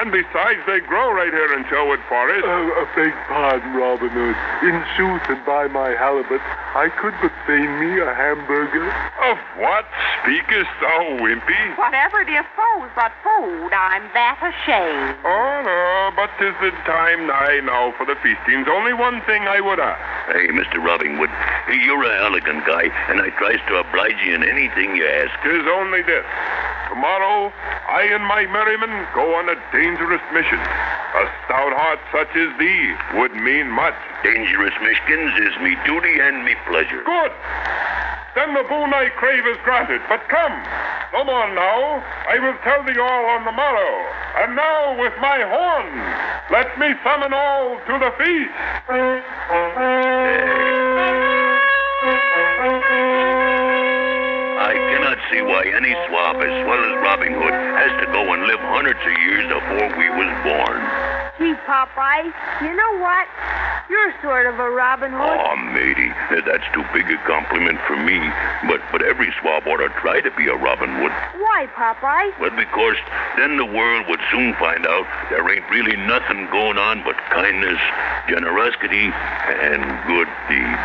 Speaker 10: And besides, they grow right here in Sherwood Forest.
Speaker 7: Oh, uh, beg pardon, Robin Hood. In sooth and by my halibut, I could but feign me a hamburger.
Speaker 10: Of what speakest thou, Wimpy?
Speaker 8: Whatever do you suppose but food, I'm that ashamed.
Speaker 10: Oh, no, but 'tis the time nigh now for the feastings. Only one thing I would ask.
Speaker 4: Hey, Mr. Robin Hood, you're a elegant guy, and I tries to oblige you in anything you ask.
Speaker 10: 'Tis only this. Tomorrow, I and my merrymen go on a dangerous mission. A stout heart such as thee would mean much.
Speaker 4: Dangerous Michigan's is me duty and me pleasure.
Speaker 10: Good. Then the boon I crave is granted. But come, come on now. I will tell thee all on the morrow. And now, with my horn, let me summon all to the feast. Oh,
Speaker 4: I cannot see why any swab as swell as Robin Hood has to go and live hundreds of years before we was born.
Speaker 15: Gee, Popeye, you know what? You're sort of a Robin Hood.
Speaker 4: Aw, matey, that's too big a compliment for me. But but every swab ought to try to be a Robin Hood.
Speaker 15: Why, Popeye?
Speaker 4: Well, because then the world would soon find out there ain't really nothing going on but kindness, generosity, and good deeds.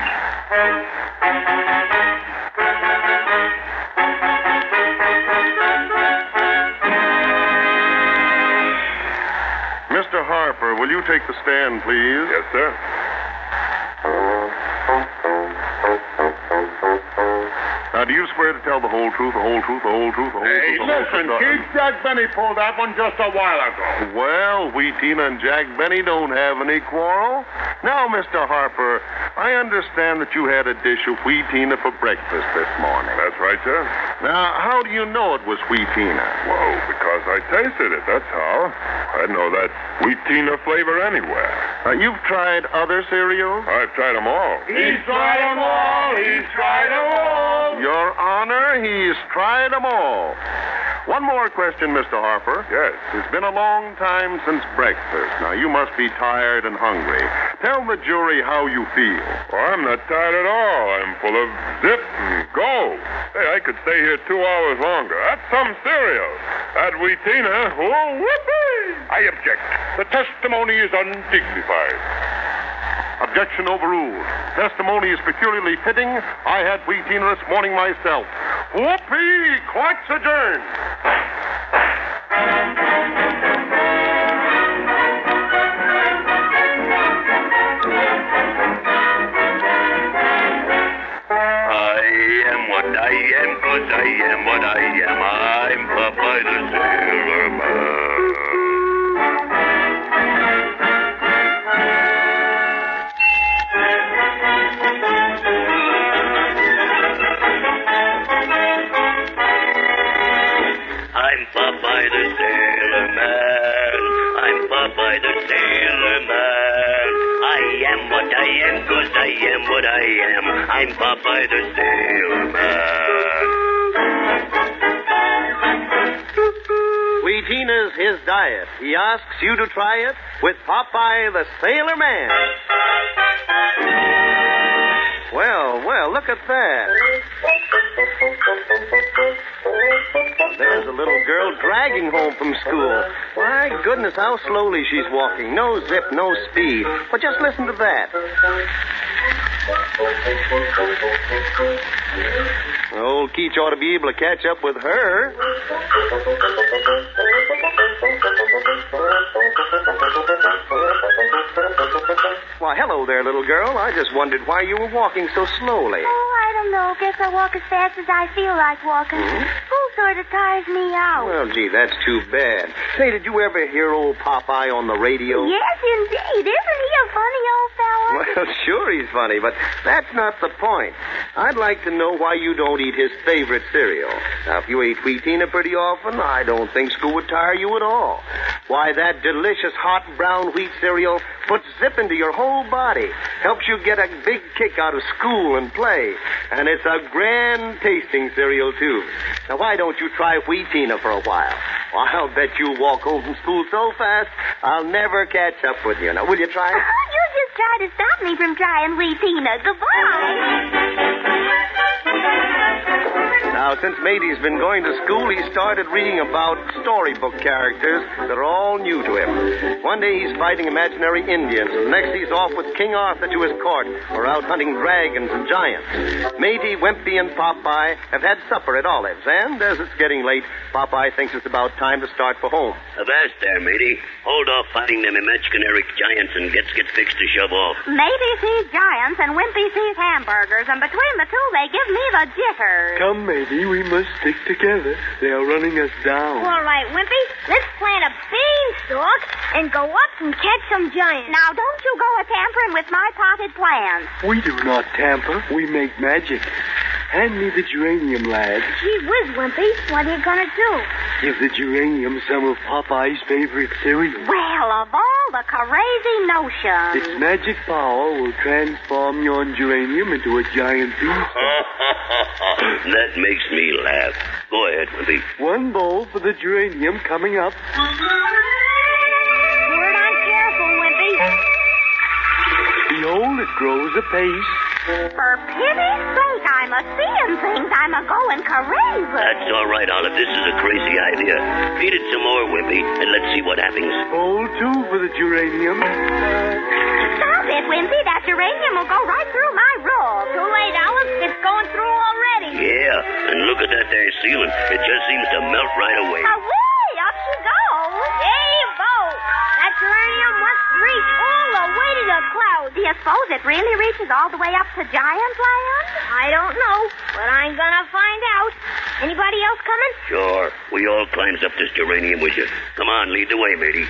Speaker 16: Mr. Harper, will you take the stand, please?
Speaker 10: Yes, sir.
Speaker 16: Now, do you swear to tell the whole truth, the whole truth, the whole truth, the whole truth? the whole truth, nothing?
Speaker 10: Jack Benny pulled that one just a while ago.
Speaker 16: Well, we, Tina and Jack Benny don't have any quarrel. Now, Mr. Harper, I understand that you had a dish of Wheatina for breakfast this morning.
Speaker 10: That's right, sir.
Speaker 16: Now, how do you know it was Wheatina?
Speaker 10: Well, because I tasted it, that's how. I know that wheat tina flavor anywhere.
Speaker 16: Uh, you've tried other cereals?
Speaker 10: I've tried them all.
Speaker 4: He's tried 'em all. He's tried 'em all.
Speaker 16: Your Honor, he's tried 'em all. One more question, Mr. Harper. Yes. It's been a long time since breakfast. Now, you must be tired and hungry. Tell the jury how you feel.
Speaker 10: Well, Oh, I'm not tired at all. I'm full of zip and go. Hey, I could stay here two hours longer. That's some cereal. That Wheatina. Oh, whoopee! I object. The testimony is undignified.
Speaker 16: Objection overruled. Testimony is peculiarly fitting. I had Wheatina this morning myself. Whoopee! Court's adjourned.
Speaker 4: I am what I am, 'cause I am what I am. I'm Popeye the Sailor Man. I'm Popeye the Sailor Man. I'm Popeye the Sailor Man. I am what I am, 'cause I am what I am. I'm Popeye the Sailor Man.
Speaker 12: Wheatina's his diet. He asks you to try it with Popeye the Sailor Man. Well, well, look at that. There's a little girl dragging home from school. My goodness, how slowly she's walking. No zip, no speed. But just listen to that. Old Keach ought to be able to catch up with her. Why, hello there, little girl. I just wondered why you were walking so slowly.
Speaker 11: Oh, I don't know. Guess I walk as fast as I feel like walking. School sort of tires me out.
Speaker 12: Well, gee, that's too bad. Say, did you ever hear old Popeye on the radio?
Speaker 11: Yes, indeed. Isn't he a funny old fellow?
Speaker 12: Well, sure he's funny, but that's not the point. I'd like to know why you don't eat his favorite cereal. Now, if you ate Wheatina pretty often, I don't think school would tire you at all. Why, that delicious hot brown wheat cereal puts zip into your whole body, helps you get a big kick out of school and play, and it's a grand tasting cereal, too. Now, why don't you try Wheatina for a while? I'll bet you walk home from school so fast, I'll never catch up with you. Now, will you try it?
Speaker 11: You just tried to stop me from trying Wheatina. Goodbye.
Speaker 12: Now, since Matey's been going to school, he started reading about storybook characters that are all new to him. One day he's fighting imaginary Indians, and the next he's off with King Arthur to his court, or out hunting dragons and giants. Matey, Wimpy, and Popeye have had supper at Olive's, and as it's getting late, Popeye thinks it's about time to start for home.
Speaker 17: Avast there, matey. Hold off fighting them imaginary giants and gets get fixed to shove off.
Speaker 8: Maybe sees giants and Wimpy sees hamburgers, and between the two, they give me the jitters.
Speaker 7: Come, matey, we must stick together. They are running us down.
Speaker 11: All right, Wimpy, let's plant a beanstalk and go up and catch some giants.
Speaker 8: Now, don't you go a tampering with my potted plans.
Speaker 7: We do not tamper. We make magic. Hand me the geranium, lad.
Speaker 11: Gee whiz, Wimpy, what are you gonna do?
Speaker 7: Give the geranium some of Popeye's favorite cereal.
Speaker 8: Well, of all the crazy notions.
Speaker 7: Its magic power will transform your geranium into a giant
Speaker 17: Uh.
Speaker 7: beanstalk.
Speaker 17: that makes me laugh. Go ahead, Wimpy.
Speaker 7: One bowl for the geranium coming up.
Speaker 11: Word on careful, Wimpy.
Speaker 7: Behold, it grows apace.
Speaker 8: For pity's sake, I'm a seeing things. I'm a going crazy.
Speaker 17: That's all right, Olive. This is a crazy idea. Feed it some more, Wimpy, and let's see what happens.
Speaker 7: Bowl two for the geranium.
Speaker 8: Stop it, Wimpy. That uranium will go right through my roof. Too late, Alice. It's going through already.
Speaker 17: Yeah, and look at that there ceiling. It just seems to melt right away.
Speaker 8: Away! Up she goes. Yay, Bo! That uranium must reach all the way to the clouds. Do you suppose it really reaches all the way up to Giant Land? I don't know, but I'm gonna find out. Anybody else coming?
Speaker 17: Sure. We all climbs up this geranium with you. Come on, lead the way, matey.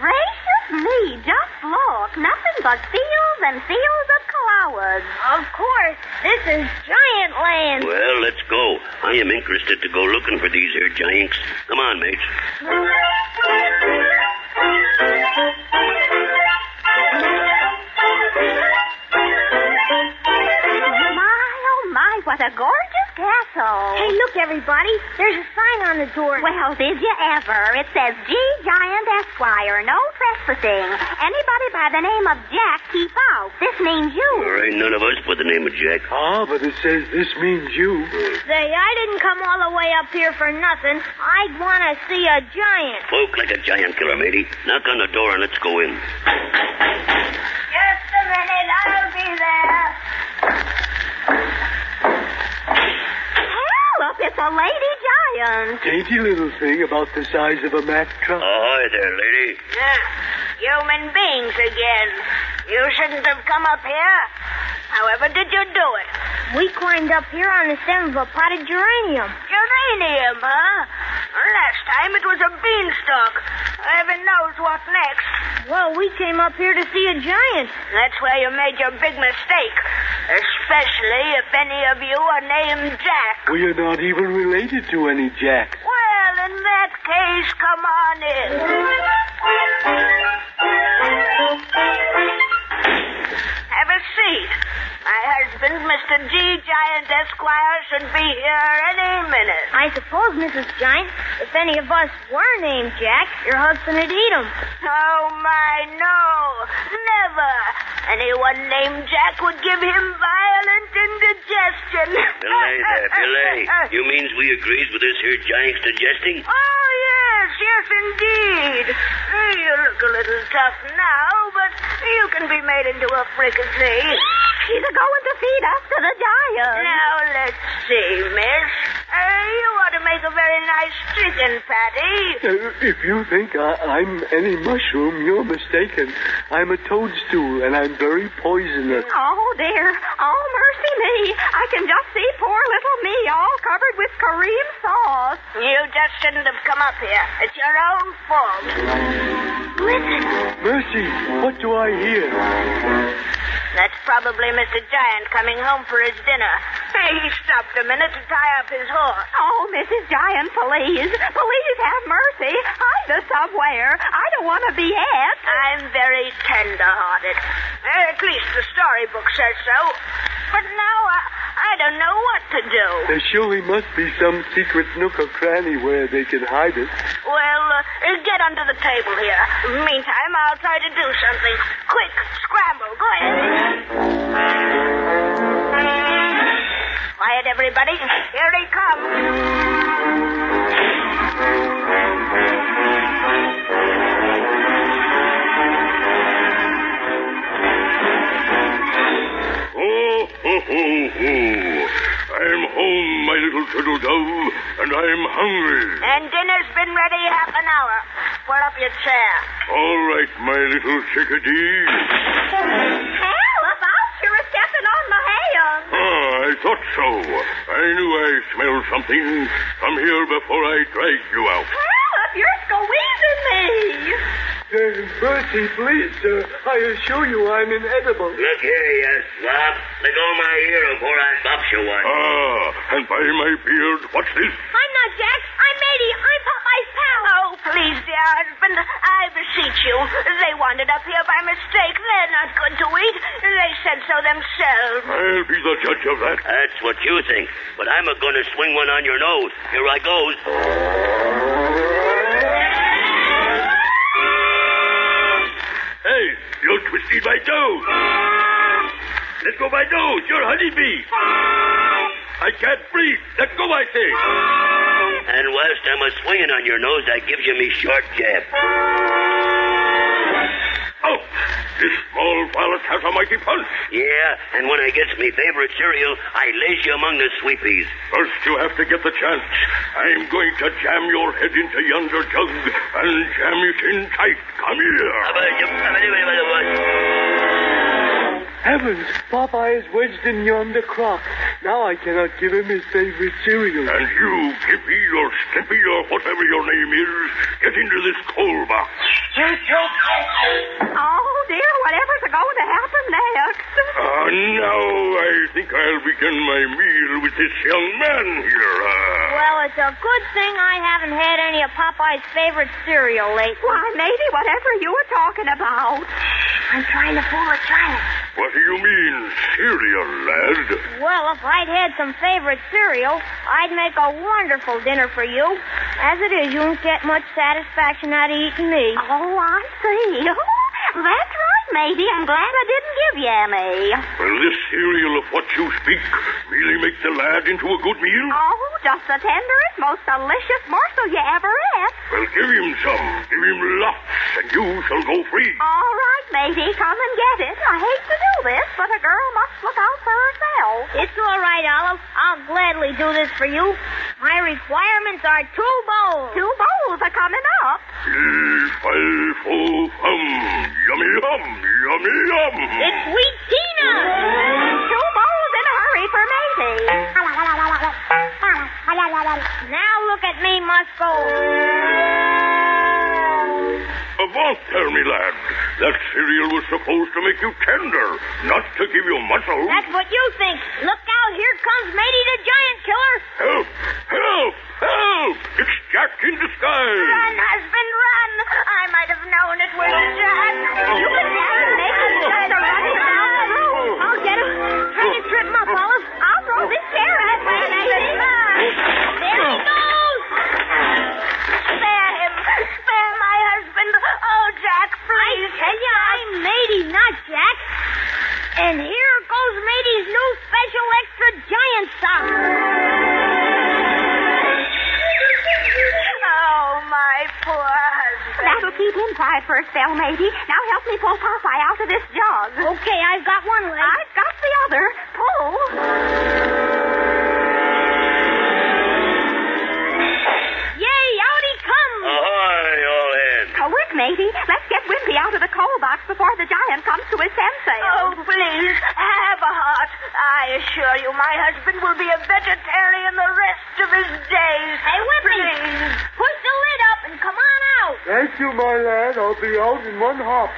Speaker 8: Gracious me, just look. Nothing but fields and fields of cloud
Speaker 11: Howard. Of course. This is giant land.
Speaker 17: Well, let's go. I am interested to go looking for these here giants. Come on, mates.
Speaker 11: My, oh my, what a gorgeous castle.
Speaker 18: Hey, look, everybody. There's a sign on the door.
Speaker 11: Well, did you ever? It says G. Giant Esquire, no trespassing. Anybody by the name of Jack, keep out. This means you.
Speaker 17: There ain't none of us with the name of Jack.
Speaker 7: Ah, but it says this means you.
Speaker 18: Say, I didn't come all the way up here for nothing. I want to see a giant.
Speaker 17: Folk like a giant killer, matey. Knock on the door and let's go in.
Speaker 18: Just a minute, I'll be there.
Speaker 11: Hey, look, it's a lady giant.
Speaker 7: Dainty little thing about the size of a Mack truck.
Speaker 17: Ahoy there, lady.
Speaker 18: Yeah, human beings again. You shouldn't have come up here. However, did you do it? We climbed up here on the stem of a potted geranium. Geranium, huh? Last time it was a beanstalk. Heaven knows what next. Well, we came up here to see a giant. That's where you made your big mistake. Especially if any of you are named Jack.
Speaker 7: We are not even related to any Jack.
Speaker 18: Well, in that case, come on in. Have a seat. My husband, Mr. G. Giant Esquire, should be here any minute.
Speaker 19: I suppose, Mrs. Giant, if any of us were named Jack, your husband would eat him.
Speaker 18: Oh, my, no. Never. Anyone named Jack would give him violent indigestion.
Speaker 17: Belay there, Belay. You means we agrees with this here giant suggesting?
Speaker 18: Oh, yes, yes, indeed. Uh, You look a little tough now, but you can be made into a fricassee.
Speaker 11: She's a going to feed us to the giant.
Speaker 18: Now, let's see, miss. Uh, you ought to make a very nice chicken patty.
Speaker 7: Uh, If you think I, I'm any mushroom, you're mistaken. I'm a toadstool, and I'm very poisonous.
Speaker 11: Oh, dear. Oh, mercy me. I can just see poor little me all covered with Kareem sauce.
Speaker 18: You just shouldn't have come up here. It's your own fault.
Speaker 7: Mercy, what do I hear?
Speaker 18: That's probably Mr. Giant coming home for his dinner. Hey, he stopped a minute to tie up his horse.
Speaker 11: Oh, Mrs. Giant, please. Please have mercy. Hide us somewhere. I don't want to be hit.
Speaker 18: I'm very tender-hearted. Eh, At least the storybook says so. But now I, I don't know what to do.
Speaker 7: There surely must be some secret nook or cranny where they can hide it.
Speaker 18: Well, uh, get under the table here. Meantime, I'll try to do something. Quick, scramble, go ahead. Quiet, everybody. Here he comes.
Speaker 3: Oh, ho, ho, ho. I'm home, my little turtle dove, and I'm hungry.
Speaker 18: And dinner's been ready half an hour. Pull up your chair.
Speaker 3: All right, my little chickadee.
Speaker 11: Hell, if I were stepping on my hand.
Speaker 3: Ah, I thought so. I knew I smelled something. Come here before I drag you out.
Speaker 11: Hell, if you're squeezing me.
Speaker 7: Uh, Mercy, please, sir. I assure you I'm inedible.
Speaker 17: Look here, you slob. Let go my ear before I box you one.
Speaker 3: Ah, and by my beard, what's this?
Speaker 19: I'm not Jack. I'm Matey. I'm Popeye's pal.
Speaker 18: Oh, please, dear husband, I beseech you. They wandered up here by mistake. They're not good to eat. They said so themselves.
Speaker 3: I'll be the judge of that.
Speaker 17: That's what you think. But I'm a going to swing one on your nose. Here I goes.
Speaker 3: Hey, you twisted my nose. Let go my nose. You're a honeybee. I can't breathe. Let go, I say.
Speaker 17: And whilst I'm a swinging on your nose, I gives you me short jab.
Speaker 3: Out. Oh, This small wallet has a mighty punch.
Speaker 17: Yeah, and when I gets me favorite cereal, I lays you among the sweet peas.
Speaker 3: First, you have to get the chance. I'm going to jam your head into yonder jug and jam it in tight. Come here.
Speaker 17: How about you- how about you- how about you-
Speaker 7: Heavens, Popeye is wedged in yonder crock. Now I cannot give him his favorite cereal.
Speaker 3: And you, Kippy or Skippy or whatever your name is, get into this coal box.
Speaker 20: Oh, dear, whatever's going to happen next.
Speaker 3: Ah, now I think I'll begin my meal with this young man here. Ah.
Speaker 20: Well, it's a good thing I haven't had any of Popeye's favorite cereal lately. Why, maybe whatever you were talking about. I'm trying to fool a giant.
Speaker 3: What do you mean, cereal, lad?
Speaker 20: Well, if I'd had some favorite cereal, I'd make a wonderful dinner for you. As it is, you won't get much satisfaction out of eating me.
Speaker 11: Oh, I see. That's right, maybe. I'm glad I didn't give you any.
Speaker 3: Will this cereal of what you speak really make the lad into a good meal?
Speaker 11: Oh, just the tenderest, most delicious morsel you ever ate.
Speaker 3: Well, give him some. Give him lots, and you shall go free.
Speaker 11: All right, matey, come and get it. I hate to do this, but a girl must look out for herself.
Speaker 18: It's all right, Olive. I'll gladly do this for you. My requirements are two bowls.
Speaker 11: Two bowls are coming up.
Speaker 3: Il fal fo fum. Yummy yum, yummy yum.
Speaker 18: It's Sweet Tina!
Speaker 11: Two bowls in a hurry for matey.
Speaker 18: Now look at me, Muscle.
Speaker 3: Avaunt, Oh, tell me, lad. That cereal was supposed to make you tender, not to give you muscle.
Speaker 18: That's what you think. Look out, here comes Matey the Giant Killer.
Speaker 3: Help! Help! Help! It's Jack in disguise.
Speaker 11: Run, husband, run. I might have known it was Jack. You can never make him try to run him down the room.
Speaker 18: I'll get him. Try to trip him up, Olive.
Speaker 11: I'll throw this chair at him. There he goes. Spare him. Spare my husband. Oh, Jack, please.
Speaker 18: I tell you, I'm Matey, not Jack. And here goes Matey's new special extra giant sock.
Speaker 11: Oh, my poor husband.
Speaker 20: That'll keep him quiet for a spell, matey. Now help me pull Popeye out of this jog.
Speaker 18: Okay, I've got one leg.
Speaker 11: I've got the other. Pull.
Speaker 18: Yay, out he comes.
Speaker 17: Ahoy, all hands.
Speaker 11: Quick, matey. Let's get Wimpy out of the coal box before the giant comes to his senses. Oh, please. Have a heart. I assure you, my husband will be a vegetarian the rest of his days.
Speaker 18: Hey, Whippy, push the lid up and come on out.
Speaker 7: Thank you, my lad. I'll be out in one hop.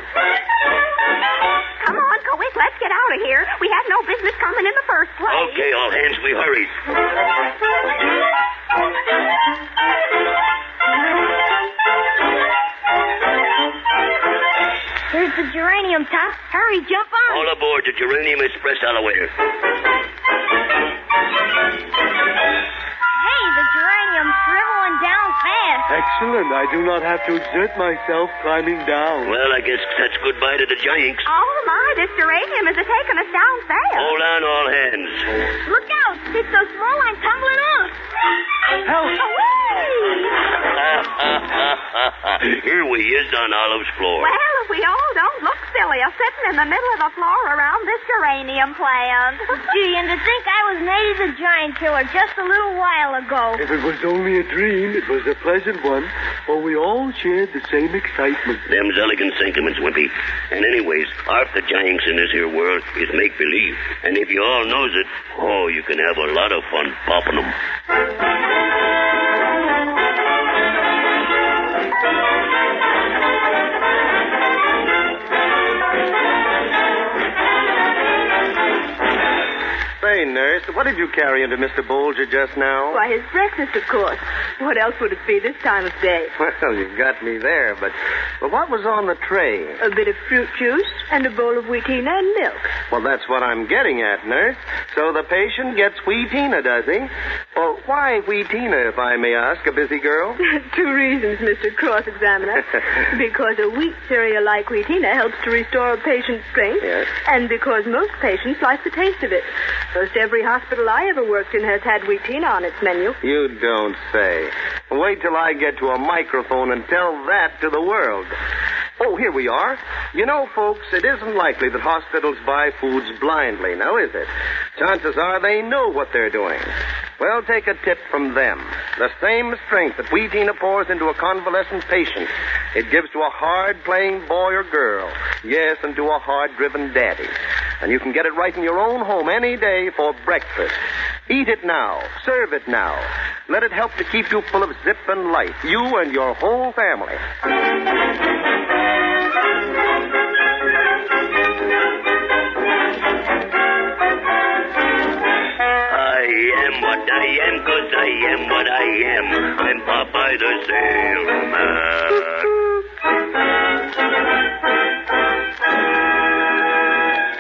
Speaker 11: Come on, Quick. Let's get out of here. We had no business coming in the first place.
Speaker 17: Okay, all hands, we hurry.
Speaker 18: Here's the geranium top. Hurry, jump on.
Speaker 17: All aboard the Geranium Express elevator.
Speaker 18: Hey, the geranium's shriveling down fast.
Speaker 7: Excellent. I do not have to exert myself climbing down.
Speaker 17: Well, I guess that's goodbye to the Giants.
Speaker 11: Oh, my. This geranium is taking us down fast.
Speaker 17: Hold on, all hands.
Speaker 18: Look out. It's so small I'm tumbling off.
Speaker 7: Help.
Speaker 17: Here we is on Olive's floor.
Speaker 11: Well, if we all don't look silly, a sitting in the middle of the floor around this geranium plant.
Speaker 18: Gee, and to think I was Matey the Giant Killer just a little while ago.
Speaker 7: If it was only a dream, it was a pleasant one, for we all shared the same excitement.
Speaker 17: Them's elegant sentiments, Wimpy. And anyways, half the giants in this here world is make believe. And if you all knows it, oh, you can have a lot of fun popping 'em.
Speaker 12: Say, nurse, what did you carry into Mr. Bolger just now?
Speaker 15: Why, his breakfast, of course. What else would it be this time of day?
Speaker 12: Well, you got me there, but, but what was on the tray?
Speaker 15: A bit of fruit juice and a bowl of wheatina and milk.
Speaker 12: Well, that's what I'm getting at, nurse. So the patient gets Wheatina, does he? Well, why Wheatina, if I may ask, a busy girl?
Speaker 15: Two reasons, Mr. Cross Examiner. because a wheat cereal like wheatina helps to restore a patient's strength.
Speaker 12: Yes.
Speaker 15: And because most patients like the taste of it. Most every hospital I ever worked in has had wheatina on its menu.
Speaker 12: You don't say. Wait till I get to a microphone and tell that to the world. Oh, here we are. You know, folks, it isn't likely that hospitals buy foods blindly, now is it? Chances are they know what they're doing. Well, take a tip from them. The same strength that Wheatina pours into a convalescent patient, it gives to a hard-playing boy or girl. Yes, and to a hard-driven daddy. And you can get it right in your own home any day for breakfast. Eat it now. Serve it now. Let it help to keep you full of zip and life, you and your whole family.
Speaker 17: I am what I am, cause I am what I am. I'm Popeye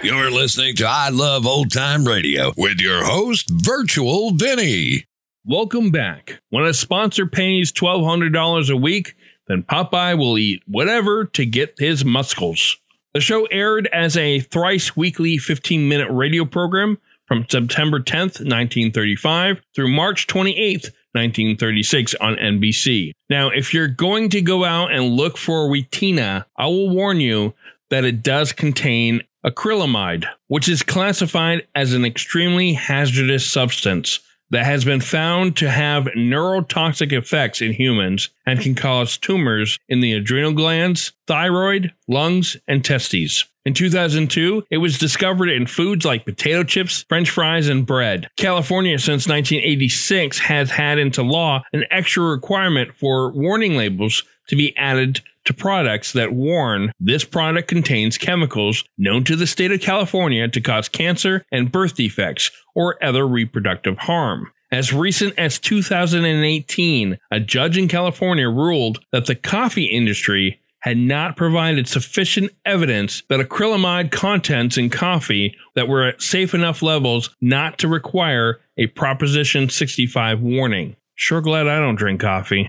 Speaker 17: the Sailor Man.
Speaker 1: You're listening to I Love Old Time Radio with your host, Virtual Vinny.
Speaker 2: Welcome back. When a sponsor pays $1,200 a week, then Popeye will eat whatever to get his muscles. The show aired as a thrice weekly 15 minute radio program from September 10th, 1935 through March 28th, 1936 on NBC. Now, if you're going to go out and look for Wheatina, I will warn you that it does contain acrylamide, which is classified as an extremely hazardous substance that has been found to have neurotoxic effects in humans and can cause tumors in the adrenal glands, thyroid, lungs, and testes. In 2002, it was discovered in foods like potato chips, french fries, and bread. California, since 1986, has had into law an extra requirement for warning labels to be added to products that warn this product contains chemicals known to the state of California to cause cancer and birth defects or other reproductive harm. As recent as 2018, a judge in California ruled that the coffee industry had not provided sufficient evidence that acrylamide contents in coffee that were at safe enough levels not to require a Proposition 65 warning. Sure glad I don't drink coffee.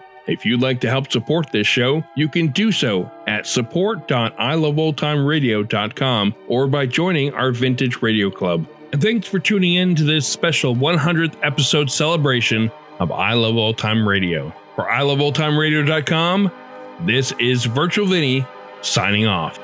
Speaker 2: If you'd like to help support this show, you can do so at support.iloveoldtimeradio.com or by joining our Vintage Radio Club. And thanks for tuning in to this special 100th episode celebration of I Love Old Time Radio. For iloveoldtimeradio.com, this is Virtual Vinny signing off.